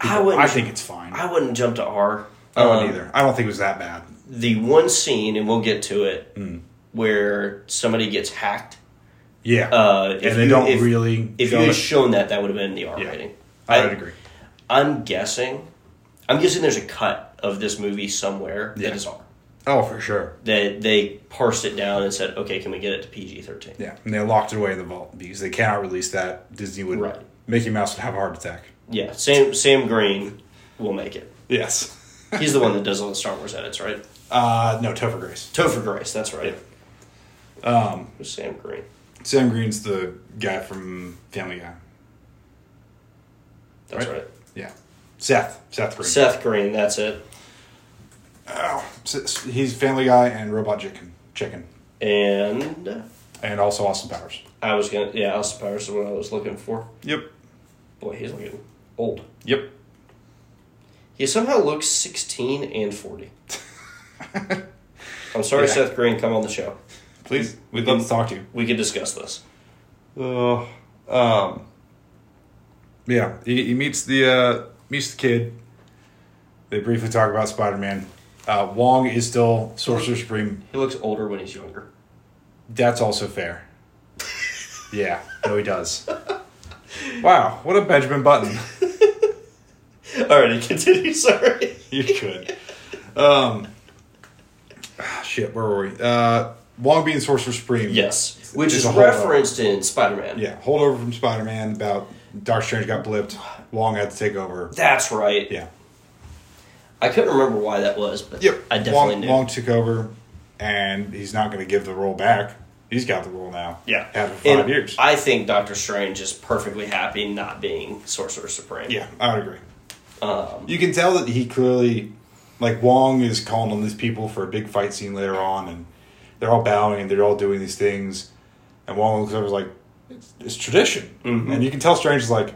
I wouldn't. I think it's fine. I, I wouldn't jump to R. wouldn't Um, either. I don't think it was that bad. the one scene, and we'll get to it, where somebody gets hacked. Yeah, Uh, if and they you- don't if- really. If show you had it. shown that, that would have been the R Yeah. rating. I would agree. I'm guessing. I'm guessing there's a cut of this movie somewhere Yeah. that is R. Oh, for sure. That they parsed it down and said, okay, can we get it to PG-13? Yeah, and they locked it away in the vault because they cannot release that. Disney would Right. Mickey Mouse would have a heart attack. Yeah. Sam Sam Green will make it. Yes. He's the one that does all the Star Wars edits, right? [laughs] Uh, no, Topher Grace. Topher Grace, that's right. Um, Who's Sam Green? Sam Green's the guy from Family Guy. That's Right. right. Yeah. Seth. Seth Green. Seth Green, that's it. S- He's Family Guy and Robot Chicken, Chicken, And and also Austin Powers. I was gonna, yeah, Austin Powers is what I was looking for. Yep. Boy, he's looking old. Yep. He somehow looks 16 and 40. I'm sorry, [laughs] Yeah. Seth Green, come on the show. Please, we'd love to talk to you. We could discuss this. Uh, um. Yeah, he, he meets the uh, meets the kid. They briefly talk about Spider Man. Uh, Wong is still Sorcerer Supreme. [laughs] He looks older when he's younger. That's also [laughs] fair. yeah, no, he does. Wow, what a Benjamin Button. Alrighty, continue. [laughs] Sorry. [laughs] you could. Um, ah, [sighs] shit, where were we? Uh, Long Bean Sorcerer Supreme. Yes, which There's is a whole- uh, referenced in Spider Man. Yeah, holdover from Spider Man about Doctor Strange got blipped. Long had to take over. That's right. Yeah. I couldn't remember why that was, but Yep. I definitely Wong, knew. Wong took over, and he's not going to give the role back. He's got the role now. Yeah. After five And years. I think Doctor Strange is perfectly happy not being Sorcerer Supreme. yeah, I would agree. Um, You can tell that he clearly, like Wong, is calling on these people for a big fight scene later on, and they're all bowing and they're all doing these things, and Wong looks over and is like, "It's, it's tradition," Mm-hmm. and you can tell Strange is like,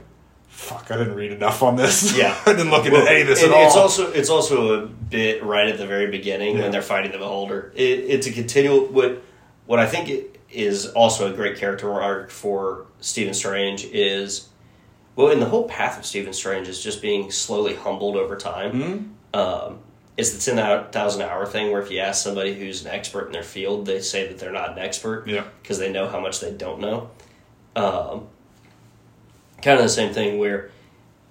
"Fuck, I didn't read enough on this. Yeah. [laughs] I didn't look into well, any of this and at all." It's also it's also a bit right at the very beginning Yeah. when they're fighting the Beholder. It, it's a continual what what I think it is also a great character arc for Stephen Strange is well, and the whole path of Stephen Strange is just being slowly humbled over time. Um, it's the ten thousand hour thing where if you ask somebody who's an expert in their field, they say that they're not an expert Yeah. because they know how much they don't know. Um, kind of the same thing where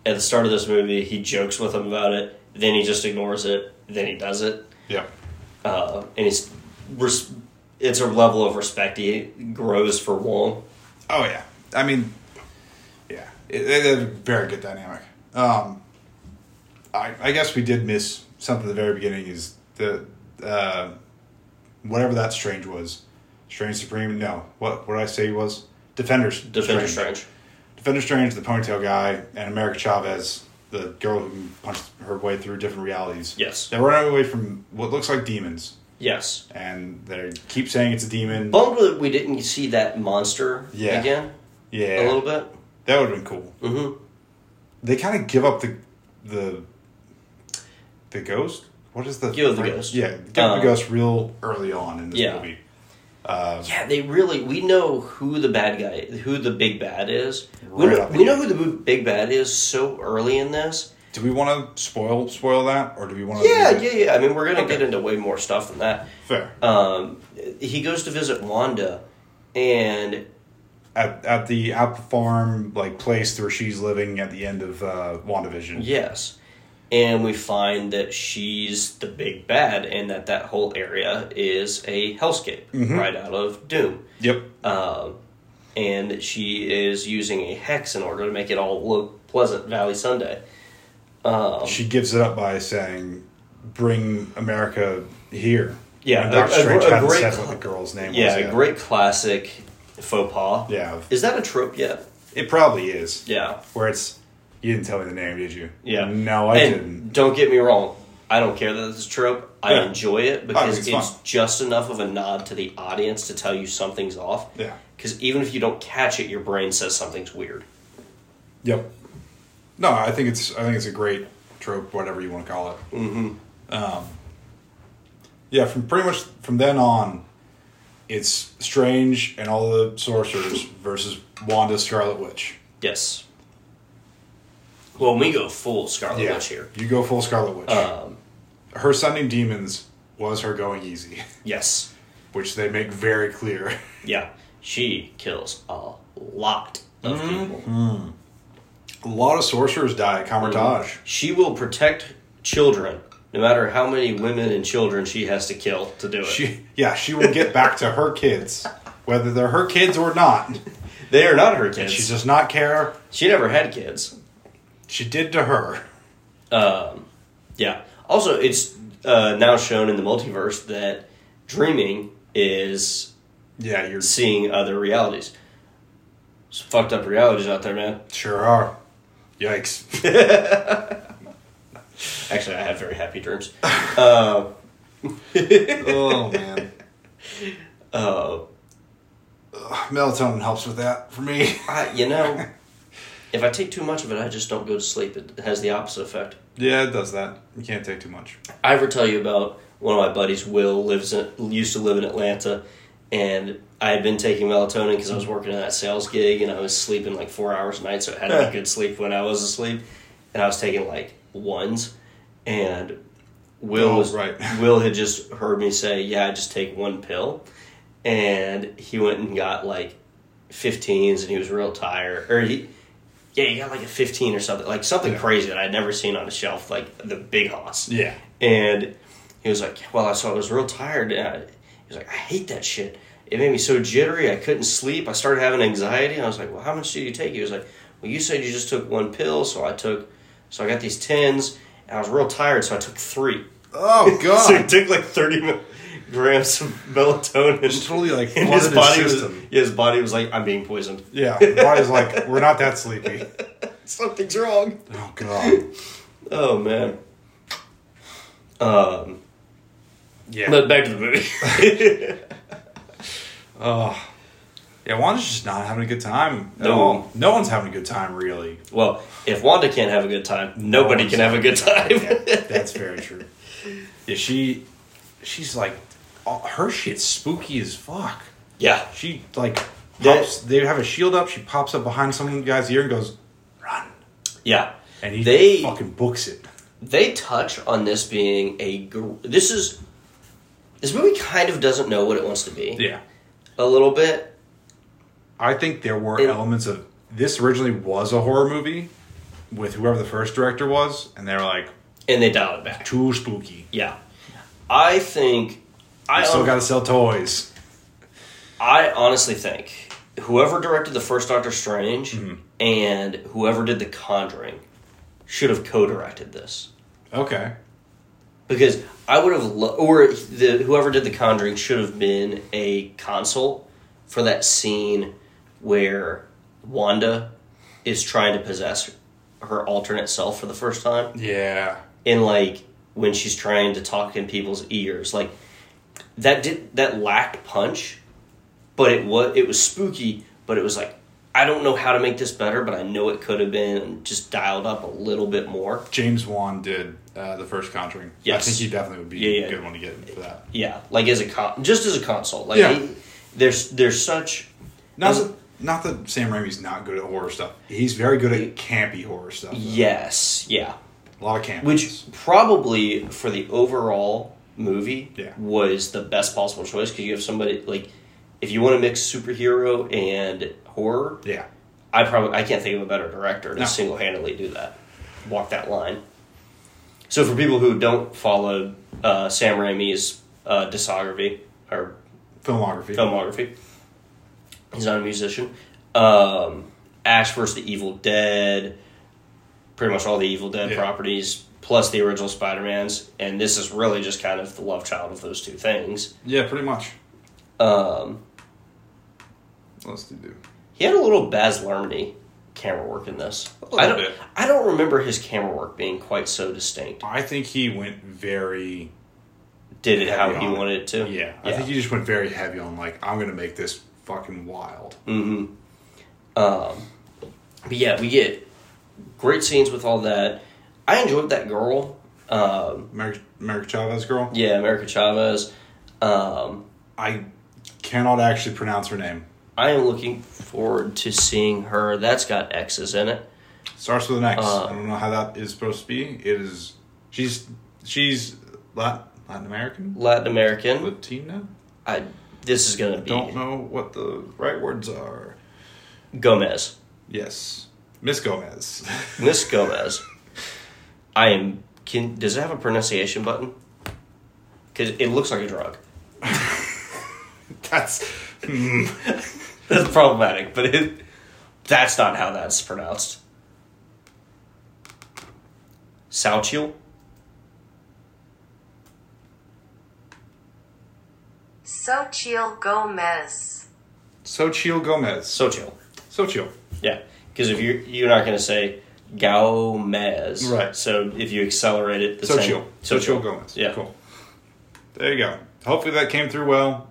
at the start of this movie he jokes with them about it, then he just ignores it, then he does it, yeah, uh, and he's res- it's a level of respect he grows for Wong. oh yeah. I mean, yeah, it, it, it's a very good dynamic. Um, I, I guess we did miss something at the very beginning. Is the uh, whatever that Strange was, Strange Supreme? No, what what did I say he was? Defenders. Defender Strange. Defender Strange, the ponytail guy, and America Chavez, the girl who can punch her way through different realities. Yes. They're running away from what looks like demons, Yes. and they keep saying it's a demon. Bummed that we didn't see that monster Yeah. again yeah, a little bit. that would have been cool. Mm-hmm. they kind of give up the the the ghost. What is the Give up the ghost. Yeah, give up Uh, the ghost real early on in this yeah. movie. Uh, Yeah, they really. We know who the bad guy, who the big bad is. we Right know, off the we know gate. who the b- big bad is so early in this. do we want to spoil spoil that, or do we want to? Yeah, yeah, yeah. I mean, we're gonna Okay. get into way more stuff than that. Fair. Um, he goes to visit Wanda, and At, at the at the farm like place where she's living at the end of uh, WandaVision. yes, and we find that she's the big bad, and that that whole area is a hellscape Mm-hmm. right out of Doom. Yep. Um, and she is using a hex in order to make it all look pleasant Valley Sunday. Um, She gives it up by saying, "Bring America here." Yeah, And a- Doctor a- Strange a hadn't great said cl- what the girl's name yeah, was. a great classic faux pas. Yeah, Is that a trope yet? it probably is. Yeah. where it's you didn't tell me the name, did you? Yeah. No, I and didn't. Don't get me wrong. I don't care that it's a trope. I Yeah. Oh, enjoy it because it's it's, fun. just enough of a nod to the audience to tell you something's off. Yeah. Because even if you don't catch it, your brain says something's weird. Yep. No, I think it's I think it's a great trope, whatever you want to call it. Mm-hmm. Um, yeah, from pretty much from then on, it's Strange and all the sorcerers versus Wanda Scarlet Witch. Yes. Well, we go full Scarlet Witch here. you go full Scarlet Witch. Um, her sending demons was her going easy, [laughs] yes. which they make very clear. Yeah. She kills a lot of Mm-hmm. people. a lot of sorcerers die at Kamertage. She will protect children, no matter how many women and children she has to kill to do it. She, yeah, she will get back to her kids, whether they're her kids or not. they are not her kids. She does not care. she never had kids. She did to her. Um, yeah. Also, it's uh, now shown in the multiverse that dreaming is Yeah, you're seeing other realities. Some fucked up realities out there, man. sure are. Yikes. Actually, I have very happy dreams. Uh, [laughs] oh man. uh, Melatonin helps with that for me. [laughs] I, you know, if I take too much of it, I just don't go to sleep. It has the opposite effect. Yeah, it does that. You can't take too much. I ever tell you about one of my buddies, Will, lives in, used to live in Atlanta, and I had been taking melatonin because I was working in that sales gig and I was sleeping like four hours a night, so it had to be good sleep when I was asleep, and I was taking like ones, and Will Oh, was right. [laughs] Will had just heard me say, "Yeah, I just take one pill," and he went and got like 15s and he was real tired or he yeah he got like a 15 or something like something Yeah. crazy that i'd never seen on a shelf like the big hoss Yeah. and he was like well i saw i was real tired and I, he was like i hate that shit it made me so jittery i couldn't sleep i started having anxiety and i was like well how much did you take he was like well you said you just took one pill so i took so i got these 10s and i was real tired so i took three [laughs] Oh so he god. took like 30 mil- grams of melatonin Just totally like and his flooded body was system. yeah, his body was like, I'm being poisoned. Yeah, the body's like, we're not that sleepy. Something's wrong. Oh god. Oh man. Um, Yeah. but back to the movie. [laughs] yeah, Wanda's just not having a good time at No. all. No one's having a good time really. well, if Wanda can't have a good time, nobody can have a good time. [laughs] That's [laughs] very true. Yeah, she she's like all- her shit's spooky as fuck. yeah. She like That- pops, they have a shield up, she pops up behind some guy's ear and goes, Run. Yeah. And he They- fucking books it. they touch on this being a gr- this is this movie kind of doesn't know what it wants to be Yeah. a little bit I think there were It- elements of this originally was a horror movie with whoever the first director was, and they were like, and they dial it back too spooky. yeah i think I i still hon- gotta sell toys. I honestly think whoever directed the first Doctor Strange Mm-hmm. and whoever did The Conjuring should have co-directed this Okay. because I would have lo- or the whoever did The Conjuring should have been a console for that scene where Wanda is trying to possess her alternate self for the first time Yeah. and like when she's trying to talk in people's ears like that did that lacked punch but it was it was spooky but it was like i don't know how to make this better but i know it could have been just dialed up a little bit more James Wan did uh, the first Conjuring. Yes. I think he definitely would be Yeah, yeah. a good one to get for that. yeah like as a con just as a console like Yeah. I- there's there's such Not Um, that, not that Sam Raimi's not good at horror stuff. He's very good at campy horror stuff. though. yes yeah A lot of campiness. which probably for the overall movie Yeah. was the best possible choice because you have somebody like if you want to mix superhero and horror yeah. I probably I can't think of a better director to No. single handedly do that, walk that line. So for people who don't follow uh, Sam Raimi's uh, discography or Filmography. filmography, he's not a musician. Um, Ash vs. the Evil Dead, pretty much all the Evil Dead Yeah. properties, plus the original Spider Man's, and this is really just kind of the love child of those two things. Yeah, pretty much. Um, What else did he do? He had a little Baz Luhrmann camera work in this. little I don't. bit. I don't remember his camera work being quite so distinct. I think he went very Did it how Heavy he on it. wanted it to? Yeah, I think he just went very heavy on like I'm gonna make this fucking wild. but yeah, we get great scenes with all that. I enjoyed that girl. Um, Mer- Merrick Chavez girl. yeah, America Chavez. Um, I cannot actually pronounce her name. I am looking forward to seeing her. That's got X's in it. Starts with an X. Uh, I don't know how that is supposed to be. It is she's she's Latin, Latin American, Latin American. Latina. I. This is gonna Don't be know what the right words are. Gomez. Yes, Miss Gomez. [laughs] Miss Gomez. I am. Can does it have a pronunciation button? Because it looks like a drug. [laughs] That's hmm. That's problematic, but it. That's not how that's pronounced. Salchiel. Sochil Gomez. Sochil Gomez. Sochil. Sochil. Yeah, because if you're you're not going to say Gomez, Right. So if you accelerate it, the Sochil. same. Sochil Gomez. Yeah. Cool. There you go. Hopefully that came through well.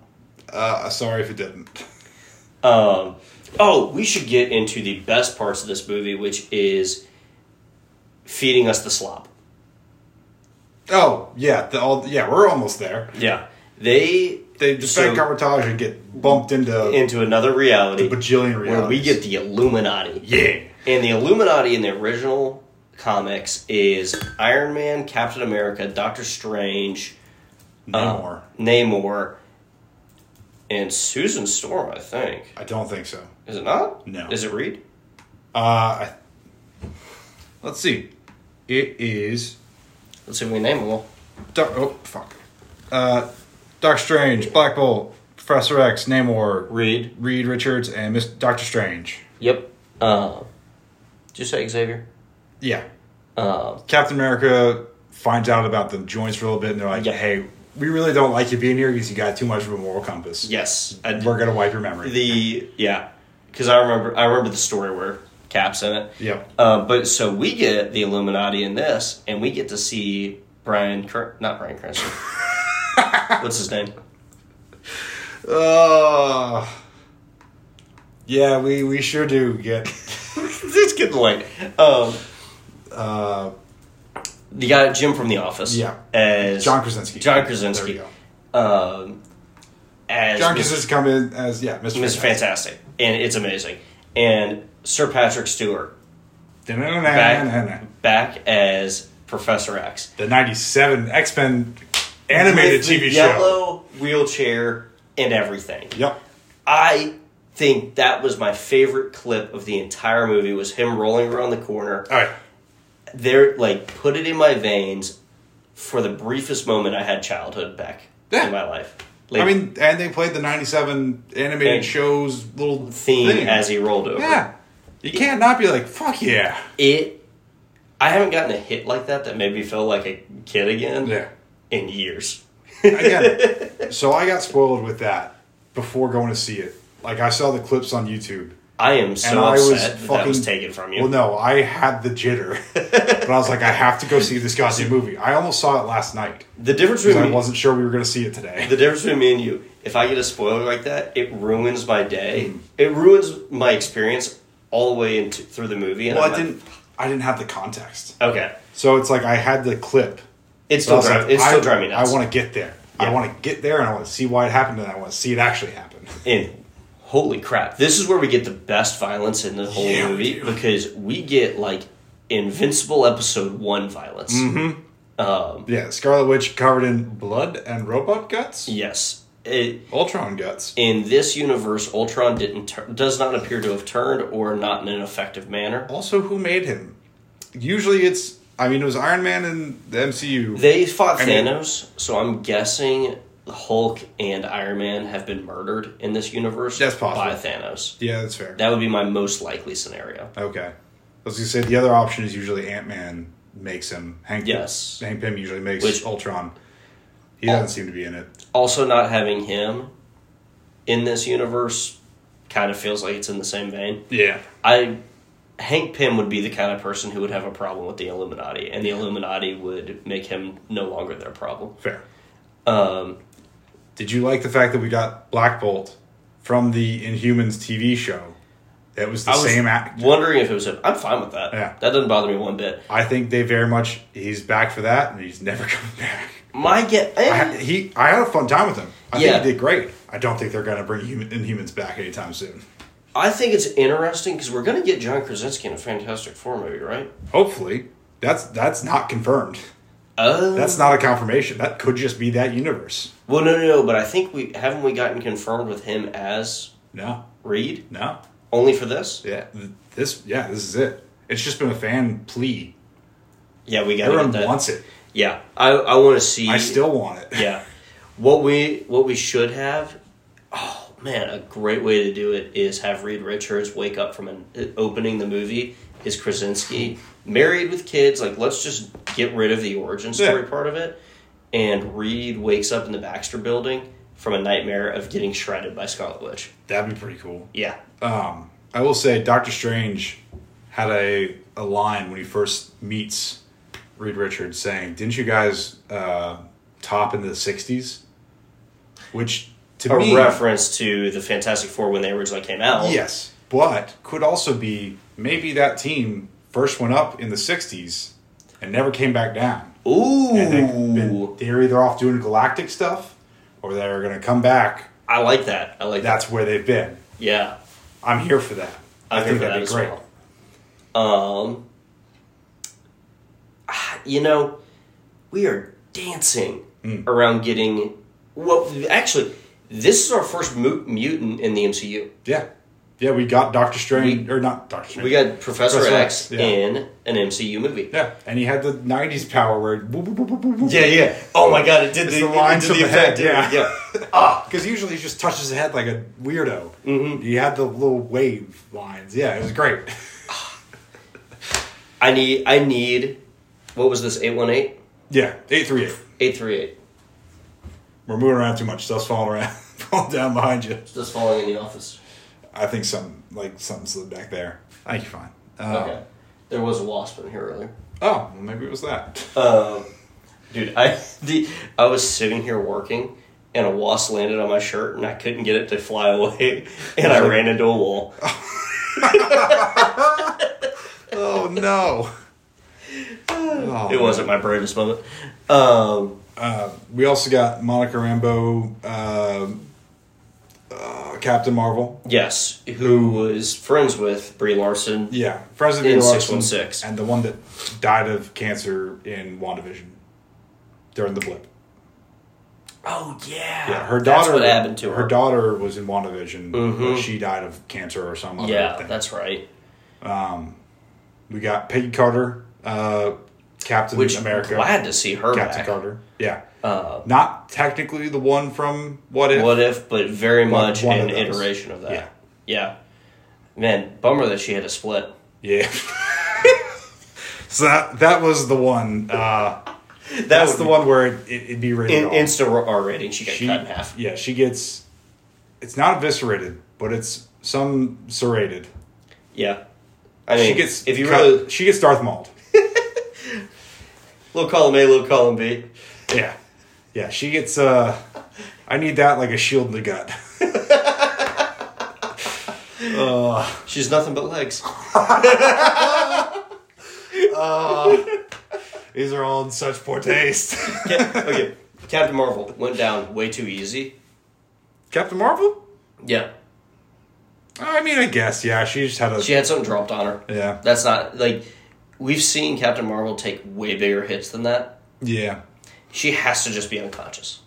Uh, sorry if it didn't. Um, oh, we should get into the best parts of this movie, which is feeding us the slop. Oh yeah, the, all, yeah, we're almost there. Yeah, they They so- defend Carmitage and get bumped into into another reality, the bajillion where we realities. get the Illuminati. yeah, And the Illuminati in the original comics is Iron Man, Captain Uh-huh. America, Doctor Strange, no more. Namor, um, and Susan Storm, I think. I don't think so. Is it not? No. Is it Reed? Uh, I, let's see. It is. Let's see if we can name them all. Doc, oh fuck. Uh, Doctor Strange, Black Bolt, Professor X, Namor, Reed. Reed Richards, and Miss Doctor Strange. Yep. Uh, did you say Xavier? Yeah. Uh, Captain America finds out about the joints for a little bit, and they're like, Yeah. "Hey, we really don't like you being here because you got too much of a moral compass. yes. I We're gonna wipe your memory." the yeah, because I remember I remember the story where Cap's in it. yep. Uh, but so we get the Illuminati in this, and we get to see Brian, Cr- not Brian [laughs] Cranston. What's his name? Uh, yeah, we we sure [laughs] do get it's getting late. Um, uh, the guy Jim from The Office. Yeah. As John Krasinski. John There we Krasinski. go. Um, as John Mr. Krasinski come in as yeah, Mr. Mr. Fantastic, and it's amazing. And Sir Patrick Stewart Fantastic. back as Professor X. The '97 X Men animated With the TV show. yellow wheelchair and everything. Yep. I think that was my favorite clip of the entire movie was him rolling around the corner. All right. There, like, put it in my veins for the briefest moment I had childhood back Yeah. in my life. Like, I mean, and they played the '97 animated Hey. show's little theme thing. as he rolled over. yeah. You can't not be like fuck yeah. It. I haven't gotten a hit like that that made me feel like a kid again Yeah. in years. [laughs] Again, so I got spoiled with that before going to see it. Like I saw the clips on YouTube. I am so and I was upset that, fucking that was taken from you. Well, no, I had [laughs] the jitter, but I was like, I have to go see this goddamn movie. I almost saw it last night the difference because between I me- wasn't sure we were going to see it today. the difference between me and you, if I get a spoiler like that, it ruins my Mm-hmm. day. It ruins my experience all the way into through the movie. And well, I'm I like, didn't. I didn't have the context, Okay, so it's like I had the clip. it's still but I was like, driving. It's I, still driving me nuts. I want to get there. I Yeah. want to get there, and I want to see why it happened, and I want to see it actually happen. And holy crap, this is where we get the best violence in the whole Yeah, we movie do. because we get like Invincible episode one violence. Mm-hmm. Um, yeah, Scarlet Witch covered in blood and robot guts, yes. It, Ultron guts. in this universe, Ultron didn't tur- does not appear to have turned, or not in an effective manner. Also, who made him? Usually, it's I mean, it was Iron Man in the MCU. They fought I mean- Thanos, so I'm guessing Hulk and Iron Man have been murdered in this universe That's possible. by Thanos. yeah, that's fair. That would be my most likely scenario. Okay. I was gonna say the other option is usually Ant Man makes him. Hank Yes. Hank Pym usually makes Which- Ultron. He doesn't seem to be in it. Also, not having him in this universe kind of feels like it's in the same vein. Yeah. I Hank Pym would be the kind of person who would have a problem with the Illuminati, and the Illuminati would make him no longer their problem. Fair. Um, Did you like the fact that we got Black Bolt from the Inhumans TV show? That was the I was same act. wondering if it was him. I'm fine with that. Yeah. That doesn't bother me one bit. I think they very much he's back for that and he's never [laughs] coming back. My get eh, I had, he I had a fun time with him. I Yeah. think he did great. I don't think they're gonna bring human, Inhumans back anytime soon. I think it's interesting because we're going to get John Krasinski in a Fantastic Four movie, right? Hopefully. That's that's not confirmed. Oh, That's not a confirmation. That could just be that universe. well, no, no, no. But I think we haven't we gotten confirmed with him as No, Reed no. only for this. Yeah, th- this. Yeah, this is it. It's just been a fan plea. Yeah, we got to Everyone get that. wants it. Yeah, I I want to see. I still want it. yeah. What we what we should have. Oh man, a great way to do it is have Reed Richards wake up from an uh, opening the movie is Krasinski married with kids. Like, let's just get rid of the origin story Yeah. part of it, and Reed wakes up in the Baxter Building from a nightmare of getting shredded by Scarlet Witch. [laughs] That'd be pretty cool. Yeah, Um, I will say, Doctor Strange had a a line when he first meets Reed Richards saying, "Didn't you guys uh, top in the '60s?" Which to a me, reference to the Fantastic Four when they originally came out. yes, but could also be maybe that team first went up in the '60s and never came back down. Ooh, and they've been, they're either off doing galactic stuff or they're going to come back. I like that. I like That's where they've been. that. Yeah. I'm here for that. i I'm here think for that'd that be as great. well. Um, ah, you know, Mm. we are dancing around getting. Well, actually, This is our first mu- mutant in the MCU. Yeah, yeah. We got Doctor Strange or not Doctor Strange. We got Professor, Professor X, X, yeah. in an MCU movie. yeah, and he had the '90s power where boop, boop, boop, boop, boop, boop. Yeah, yeah. Oh my god, it did It's the, the it lines did from the head, effect. yeah. yeah. [laughs] Ah, Because usually he just touches his head like a weirdo. Mm-hmm. He had the little wave lines. Yeah, it was great. [laughs] I need I need what was this 818? yeah, eight three eight. 838. We're moving around too much. Stuff's falling around, [laughs] falling down behind you. Just falling in the office. I think some like something slid back there. I think you're fine. Uh, Okay. There was a wasp in here earlier. Oh, well, maybe it was [laughs] that. Um, dude, I the I was sitting here working and a wasp landed on my shirt and I couldn't get it to fly away [laughs] and I ran into a wall. oh [laughs] no. Oh, It wasn't my bravest moment. Um, Uh, we also got Monica Rambo, uh, uh, Captain Marvel. yes, who was friends with Brie Larson. Yeah, President In Larson, 616. and the one that died of cancer in WandaVision during the blip. Oh yeah. Yeah, her daughter. That's what happened to her. daughter was in WandaVision. Mhm. But she died of cancer or some other yeah, thing. that's right. we got Peggy Carter, uh, Captain Which America. glad to see her Captain back. Carter. Yeah. Uh, Not technically the one from What If. what if, but very much one an of those. iteration of that. Yeah. Yeah. Man, bummer that she had to split. Yeah. [laughs] so that, that was the one. Uh, that's would the be- one where it, it, would be rated In, R. insta R rating, she got She- cut in half. Yeah, she gets. It's not eviscerated, but it's some serrated. Yeah. I mean, she gets. if you cut- really she gets Darth Mauled. little column A, little column B. Yeah, yeah. She gets. uh I need that like a shield in the gut. [laughs] She's nothing but legs. These are all in such poor taste. [laughs] Cap- okay, Captain Marvel went down way too easy. Captain Marvel. Yeah, I mean, I guess. Yeah, she just had a. she had something dropped on her. yeah. That's not like we've seen Captain Marvel take way bigger hits than that. Yeah. She has to just be unconscious.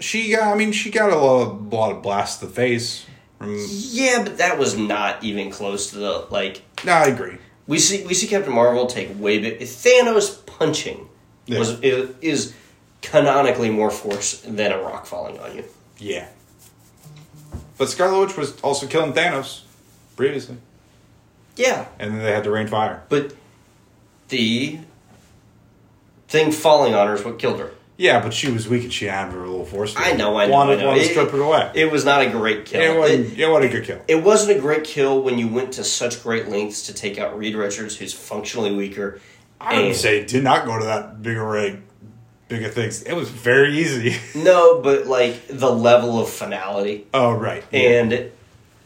She got. I mean, she got a lot of, lot of blasts to the face. From, Yeah, but that was not even close to the like no, I agree. we see we see Captain Marvel take way big. Thanos punching Yeah. was is, is canonically more force than a rock falling on you. Yeah. But Scarlet Witch was also killing Thanos previously, Yeah, and then they had to rain fire. But the thing falling on her is what killed her. Yeah, but she was weak and she had her little force. I know, I know. Wanted, I know. wanted to strip it away. It, It was not a great kill. wasn't. It, wasn't a good kill. it wasn't a great kill when you went to such great lengths to take out Reed Richards, who's functionally weaker. I would and- say did not go to that bigger rig, bigger things. It was very easy. [laughs] No, but like the level of finality oh right. and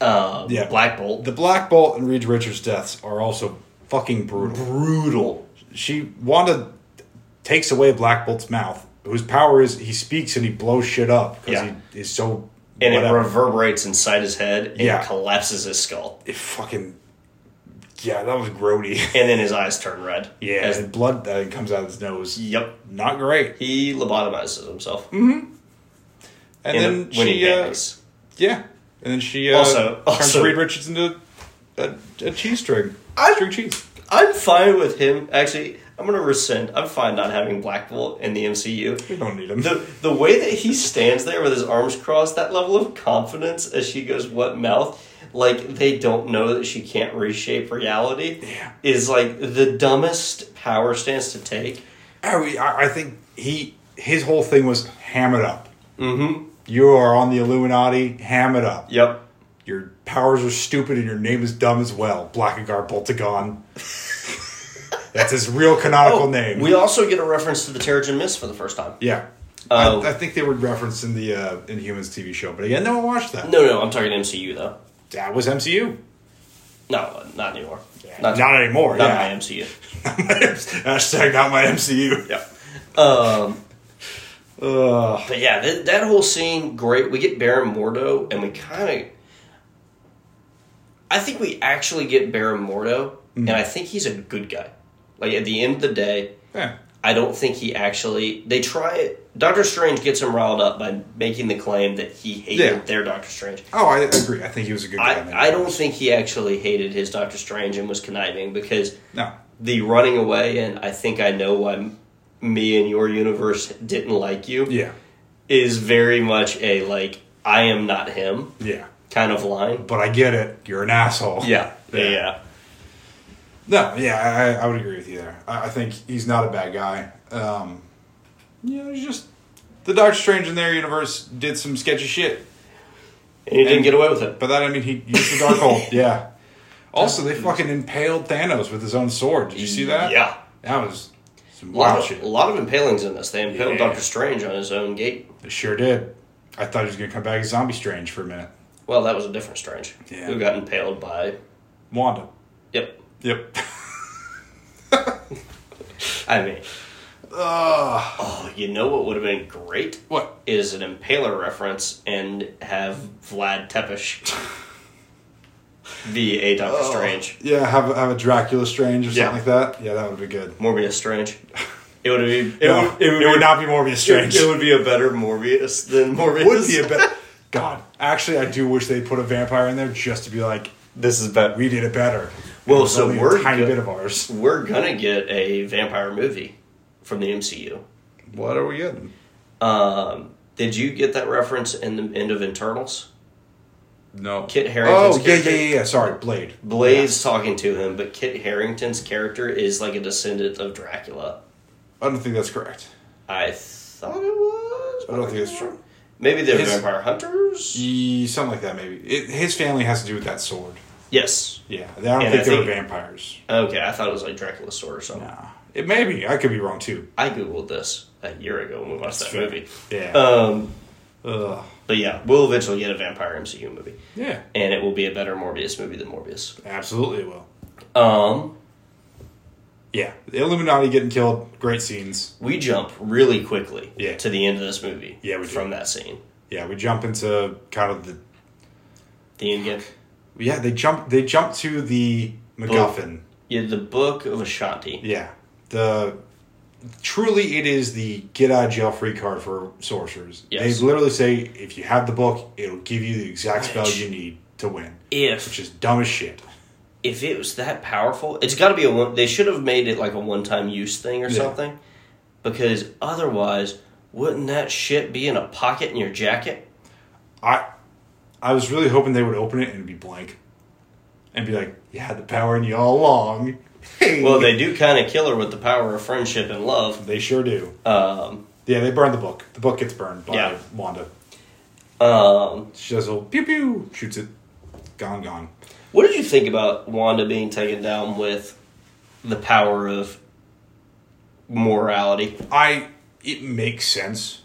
uh, Yeah. Black Bolt, the Black Bolt and Reed Richards deaths are also fucking brutal. brutal. She Wanda takes away Black Bolt's mouth, whose power is he speaks and he blows shit up because Yeah. he is so. And whatever. it reverberates inside his head and Yeah. collapses his skull. it fucking yeah, that was grody. [laughs] And then his eyes turn red. As As- blood uh, comes out of his nose. yep. Not great. He lobotomizes himself. Mm-hmm. And in then the- when she he uh, panics. yeah, and then she uh, Also- also- turns Reed Richards into a, a cheese string, I- string cheese. I'm fine with him. Actually, I'm gonna rescind. I'm fine not having Black Bolt in the We MCU. don't need him. The the way that he stands there with his arms crossed, that level of confidence as she goes, "What mouth?" Like they don't know that she can't reshape reality. Yeah. Is like the dumbest power stance to take. I, we- I I think he his whole thing was ham it up. Mm-hmm. You are on the Illuminati. Ham it up. Yep. Your powers are stupid and your name is dumb as well. Blackagar [laughs] Boltagon. That's his real canonical name. We also get a reference to the Terrigen Mist for the first time. Yeah. Oh. I, I think they were referenced in the uh, Inhumans TV show, but again, no one watched that. No, no, I'm talking MCU though. That was MCU. No, not anymore. Not, anymore. Not my yeah. MCU. [laughs] Hashtag not my MCU. Yeah. Um. Ugh. But yeah, that, that whole scene, great. We get Baron Mordo, and we kind of. I think we Mm. actually get Baron Mordo, and I think he's a good guy. Like, at the end of the day, yeah. I don't think he actually. They try it. Doctor Strange gets him riled up by making the claim that he hated Yeah. their Doctor Strange. Oh, I agree. I think he was a good guy. man. I, I don't think he actually hated his Doctor Strange and was conniving because No. the running away and I think I know why m- me and your universe didn't like you Yeah. is very much a like I am not him Yeah. kind of line. But I get it. You're an asshole. Yeah, yeah, yeah. No, yeah, I, I would agree with you there. I, I think he's not a bad guy. Um, you know, he's just the Doctor Strange in their universe did some sketchy shit, And he didn't And- get away with it. but that I mean he used the [laughs] dark hole. Yeah. Also, they fucking impaled Thanos with his own sword. Did you see that? Yeah. That was some A lot, wild of, shit. a lot of impalings in this. They impaled Yeah. Doctor Strange on his own gate. It sure did. I thought he was gonna come back as Zombie Strange for a minute. Well, that was a different Strange Yeah. who got impaled by. Wanda. Yep. Yep. I mean, Ugh. oh, you know what would have been great what? is an impaler reference and have Vlad Tepish be a Doctor Strange, Yeah, have a- have a Dracula Strange or something Yeah. like that. Yeah, that would be good. Morbius Strange. It would be. It, No, would, it, would, be- not be Morbius Strange. [laughs] It would be a better Morbius than Morbius. would be a bet. God, actually, I do wish they put a vampire in there just to be like, This is better. we did it better. Well, It was so only we're a tiny good. bit of ours. We're gonna get a vampire movie from the MCU. What are we getting? Um, did you get that reference in the end of Internals? No, Kit Harington's Oh yeah, yeah, character. yeah, yeah. Sorry, Blade. Blade's talking to him, but Kit Harrington's character is like a descendant of Dracula. I don't think that's correct. I thought it was. I don't think it's true. Maybe they're His- vampire hunters. Ye- something like that, maybe. It, his family has to do with that sword. Yes. Yeah, I don't And think I they were think- vampires. Okay, I thought it was like Dracula's sword or something. Nah, it may be. I could be wrong too. I googled this a year ago when we watched that fair. movie. Yeah. Um, Ugh. but yeah, we'll eventually get a vampire MCU movie, Yeah, and it will be a better Morbius movie than Morbius. absolutely it will. Um, Yeah, the Illuminati getting killed. Great scenes. we jump really quickly Yeah. to the end of this movie. Yeah, we do. from that scene, Yeah, we jump into kind of the the end game. Yeah, they jump. They jump to the MacGuffin. Yeah, the book of Ashanti. Yeah, the truly it is the get out of jail free card for sorcerers. Yes. They literally say if you have the book, it'll give you the exact spell Which- you need to win, which If is dumb as shit. if it was that powerful, it's got to be a one. They should have made it like a one time use thing or Yeah. something, because otherwise, wouldn't that shit be in a pocket in your jacket? I I was really hoping they would open it and it'd be blank, and be like, "You had the power in you all along." Hey. [laughs] Well, they do kind of kill her with the power of friendship and love. they sure do. Um, Yeah, they burn the book. The book gets burned by Yeah. Wanda. um, She does a little pew pew, shoots it, gone, gone. what did you think about Wanda being taken down with the power of morality? I it makes sense.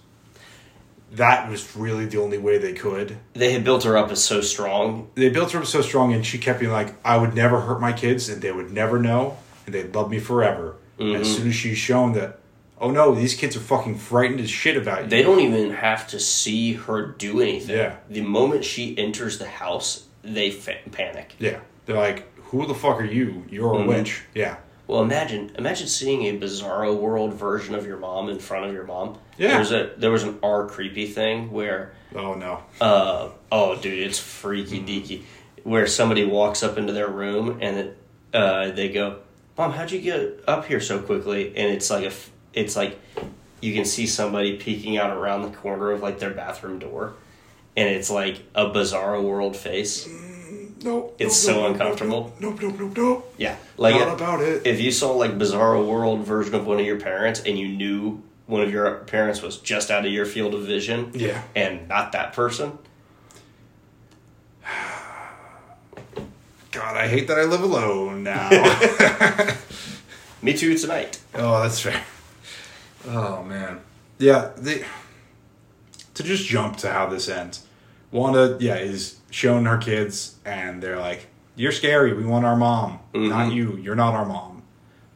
That was really the only way they could. They had built her up as so strong. They built her up so strong, and she kept being like, "I would never hurt my kids, and they would never know, and they'd love me forever." And Mm-hmm. as soon as she's shown that, oh no, these kids are fucking frightened as shit about you. They don't even have to see her do anything. Yeah. The moment she enters the house, they fa- panic. yeah, they're like, "Who the fuck are you? You're Mm-hmm. a witch." Yeah, Well, imagine imagine seeing a bizarro world version of your mom in front of your mom. Yeah. There was a there was an R creepy thing where oh no, uh, oh, dude, it's freaky deaky. Where somebody walks up into their room and it, uh, they go, "Mom, how'd you get up here so quickly?" And it's like a, f- it's like you can see somebody peeking out around the corner of like their bathroom door, and it's like a bizarro world face. no, It's so no, no, no, uncomfortable. No, no, no, no. Yeah, like Not uh, about it. If you saw like bizarro world version of one of your parents and you knew one of your parents was just out of your field of vision, Yeah. and not that person. God, I hate that I live alone now. [laughs] Me too tonight. Oh, that's fair. Oh man, yeah. They, to just jump to how this ends, Wanda, yeah, is showing her kids, and they're like, "You're scary. We want our mom, Mm-hmm. not you. You're not our mom."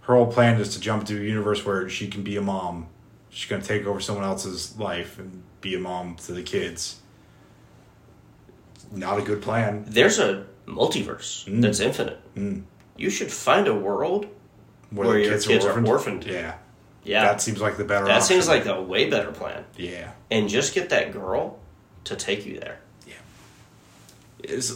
Her whole plan is to jump to a universe where she can be a mom. She's gonna take over someone else's life and be a mom to the kids. Not a good plan. there's a multiverse Mm. that's infinite. You should find a world Where, Where the your kids, kids are are orphaned. orphaned. Yeah, Yeah. That seems like the better. that seems option. like a way better plan. yeah, And just get that girl to take you there. yeah. It's,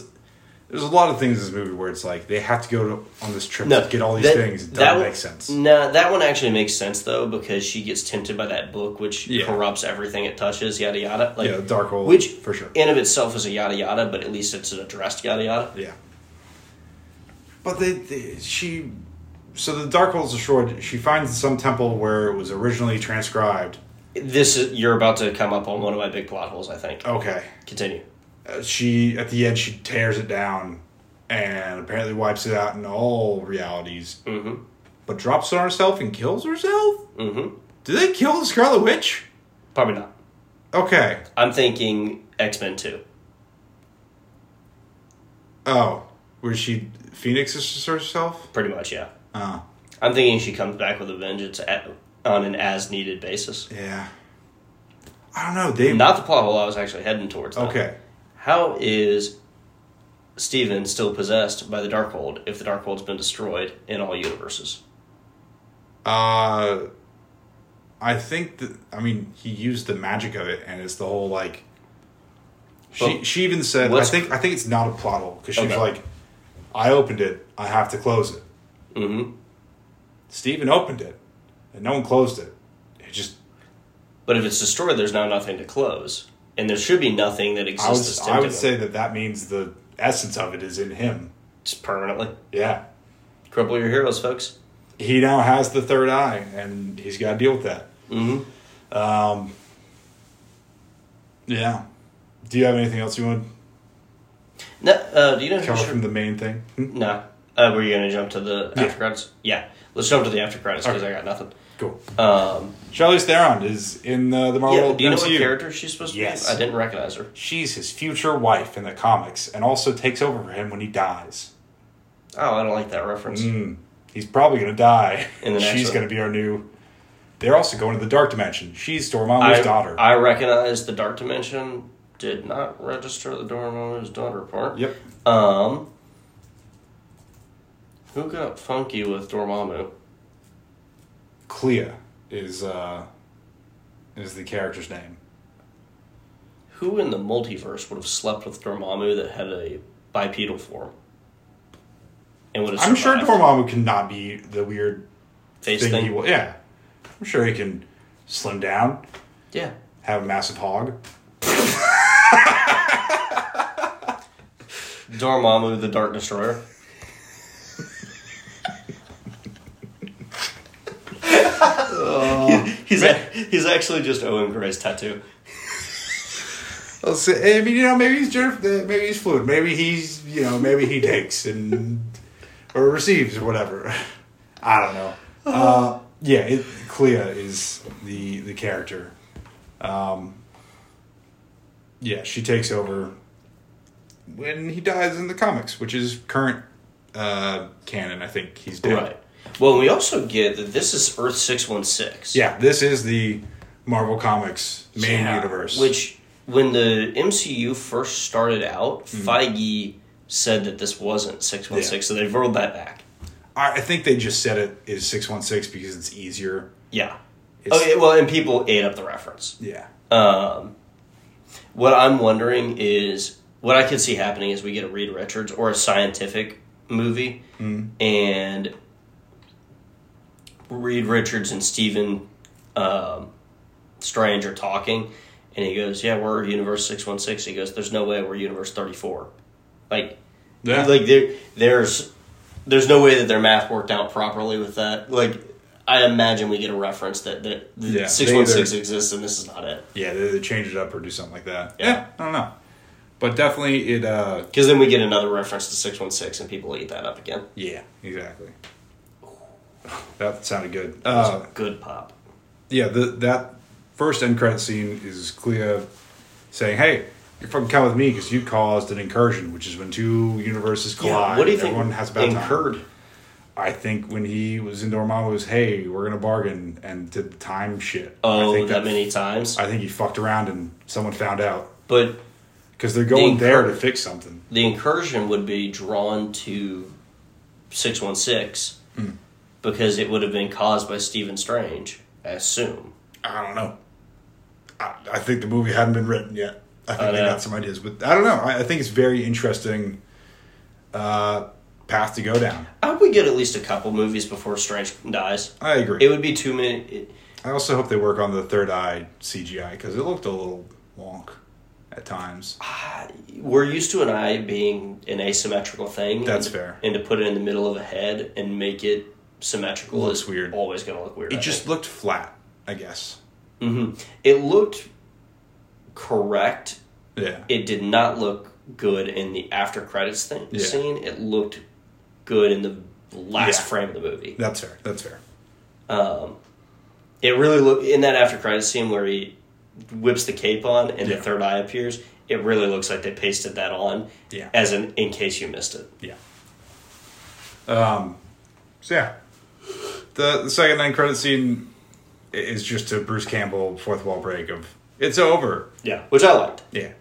there's a lot of things in this movie where it's like they have to go to, on this trip to get all these things. It doesn't one- make sense. No, that one actually makes sense though because she gets tempted by that book, which Yeah. corrupts everything it touches. Yada yada. Like yeah, dark hole, which for sure. in of itself is a yada yada, but at least it's an addressed yada yada. Yeah. But they, they she so the dark hole's destroyed. She finds some temple where it was originally transcribed. This is you're about to come up on one of my big plot holes. I think. Okay. Continue. Uh, she at the end she tears it down and apparently wipes it out in all realities. Mm-hmm. But drops it on herself and kills herself? Mm-hmm. Did they kill the Scarlet Witch? Probably not. Okay. I'm thinking X Men Two. Oh. Was she Phoenixes herself? Pretty much, yeah. Oh. I'm thinking she comes back with a vengeance at, on an as needed basis. Yeah. I don't know, they Not the plot hole I was actually heading towards. though. Okay. How is Steven still possessed by the Darkhold if the Darkhold's been destroyed in all universes? Uh, I think that I mean he used the magic of it, and it's the whole like. She But she even said I what's- think I think it's not a plot hole because she was Okay. like, I opened it, I have to close it. Mm-hmm. Steven opened it, and no one closed it. It just But if it's destroyed, there's now nothing to close. And there should be nothing that I exists was I I would say that that means the essence of it is in him. Just permanently. Yeah, Cripple your heroes, folks. he now has the third eye, and he's got to deal with that. Mm-hmm. Um, yeah. Do you have anything else you want No, uh, do you know to who cover should... from the main thing? Hmm? No. Uh, were you going to jump to the Yeah. after credits? Yeah. Let's jump to the after credits because Okay. I got nothing. Cool. Um, Charlize Theron is in uh, the Marvel yeah, do you know what MCU. character she's supposed to Yes. be? I didn't recognize her. She's his future wife in the comics and also takes over for him when he dies. Oh, I don't like that reference. Mm, he's probably going to die. In the next She's one. going to be our new. They're also going to the Dark Dimension. She's Dormammu's I, daughter. I recognize the dark dimension. Did not register the Dormammu's daughter part. yep. Um. Who got funky with Dormammu? Clea is uh, is the character's name. Who in the multiverse would have slept with Dormammu that had a bipedal form? And would have I'm sure survived? Dormammu cannot be the weird face thing, thing. he will. Yeah. I'm sure he can slim down, Yeah. have a massive hog. Dormammu, the Dark [laughs] Destroyer. he's a, he's actually just Owen Gray's tattoo. Let's say, I mean, you know, maybe he's Jennifer- maybe he's fluid, maybe he's you know, maybe he takes and or receives or whatever. I don't know. Uh, yeah, it, Clea is the the character. Um, yeah, she takes over when he dies in the comics, which is current uh, canon. I think he's dead. Right. Well, we also get that this is Earth 616. Yeah, this is the Marvel Comics main Yeah. universe. Which, when the MCU first started out, Feige said that this wasn't 616, Mm-hmm. Yeah. so they've rolled that back. I, I think they just said it is six one six because it's easier. Yeah. It's- oh, yeah, well, and people ate up the reference. Yeah. Um, what I'm wondering is what I could see happening is we get a Reed Richards or a scientific movie, Hmm. and Reed Richards and Stephen um, Strange are talking, and he goes, "Yeah, we're Universe Six One Six. He goes, "There's no way we're Universe Thirty Four. Like, Yeah. Uh, like there, there's, there's no way that their math worked out properly with that. Like, I imagine we get a reference that that Yeah, they Six One Six either- exists and this is not it. yeah, they, they change it up or do something like that. Yeah. I don't know. But definitely it uh Because then we get another reference to 616 and people eat that up again. Yeah, exactly. That sounded good. Uh Good pop. yeah, the that first end credit scene is Clea saying, Hey, you're fucking coming with me because you caused an incursion, which is when two universes collide. what do you and think Everyone has a bad time. incurred? I think when he was in Dormammu's, hey, we're gonna bargain, and did the time shit. I Oh, think that, many times. I think he fucked around and someone found out but because they're going They there to encourage- fix something. the incursion would be drawn to Hmm. 616 because it would have been caused by Stephen Strange I assume. I don't know. I, I think the movie hadn't been written yet. I think I they know. got some ideas, but I don't know. I, I think it's very interesting uh, path to go down. I hope we get at least a couple movies before Strange dies. I agree. It would be too many. It, I also hope they work on the third eye CGI because it looked a little wonk at times. we're used to an eye being an asymmetrical thing. That's and, fair. And to put it in the middle of a head and make it symmetrical Looks is weird. always going to look weird. It I just think. looked flat, I guess. it looked correct. Yeah. It did not look good in the after credits thing Yeah. scene. It looked good in the last Yeah. frame of the movie. That's fair. That's fair. It really looked in that after credits scene where he whips the cape on and Yeah. the third eye appears. It really looks like they pasted that on Yeah. as an in case you missed it. Yeah. Um, so yeah, the the second end credit scene i- is just a Bruce Campbell fourth wall break of it's over. Yeah, which I liked. Yeah,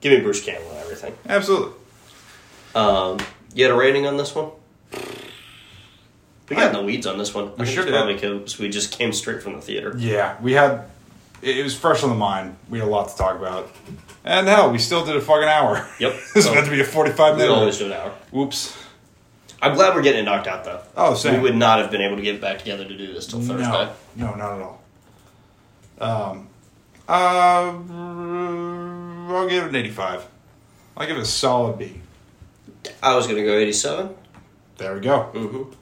Give me Bruce Campbell and everything. absolutely. Um, you had a rating on this one? We got in the weeds on this one. I think sure it's did. probably because we just came straight from the theater. Yeah, we had it, it was fresh on the mind. We had a lot to talk about, and hell, we still did a fucking hour. [laughs] Yep. it's meant to be a forty five We minute. always do an hour. Whoops. I'm glad we're getting it knocked out though. Oh, same. We would not have been able to get back together to do this till Thursday. No, no, not at all. Um, uh, I'll give it an eighty-five. I'll give it a solid B. I was gonna go 87. There we go. Mm-hmm.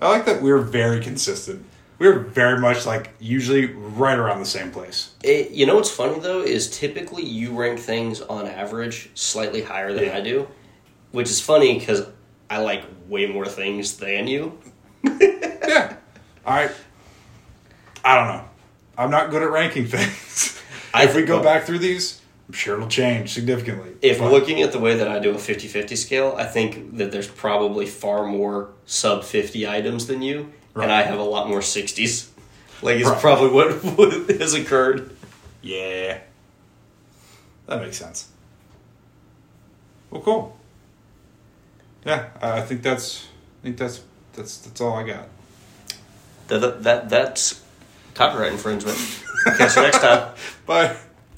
I like that we were very consistent. We were very much like usually right around the same place. It, you know what's funny though is typically you rank things on average slightly higher than Yeah. I do, which is funny because I like way more things than [laughs] you. Yeah. I I don't know. I'm not good at ranking things. I if we think- go back through these, I'm sure it'll change significantly. if But- looking at the way that I do a 50-50 scale, I think that there's probably far more sub 50 items than you, Right. and I have a lot more 60s. Like it's Right. probably what, [laughs] what has occurred. Yeah. That makes sense. Well cool. Yeah, I I think that's I think that's that's that's all I got. That, that, that that's copyright infringement. Catch you next time. Bye.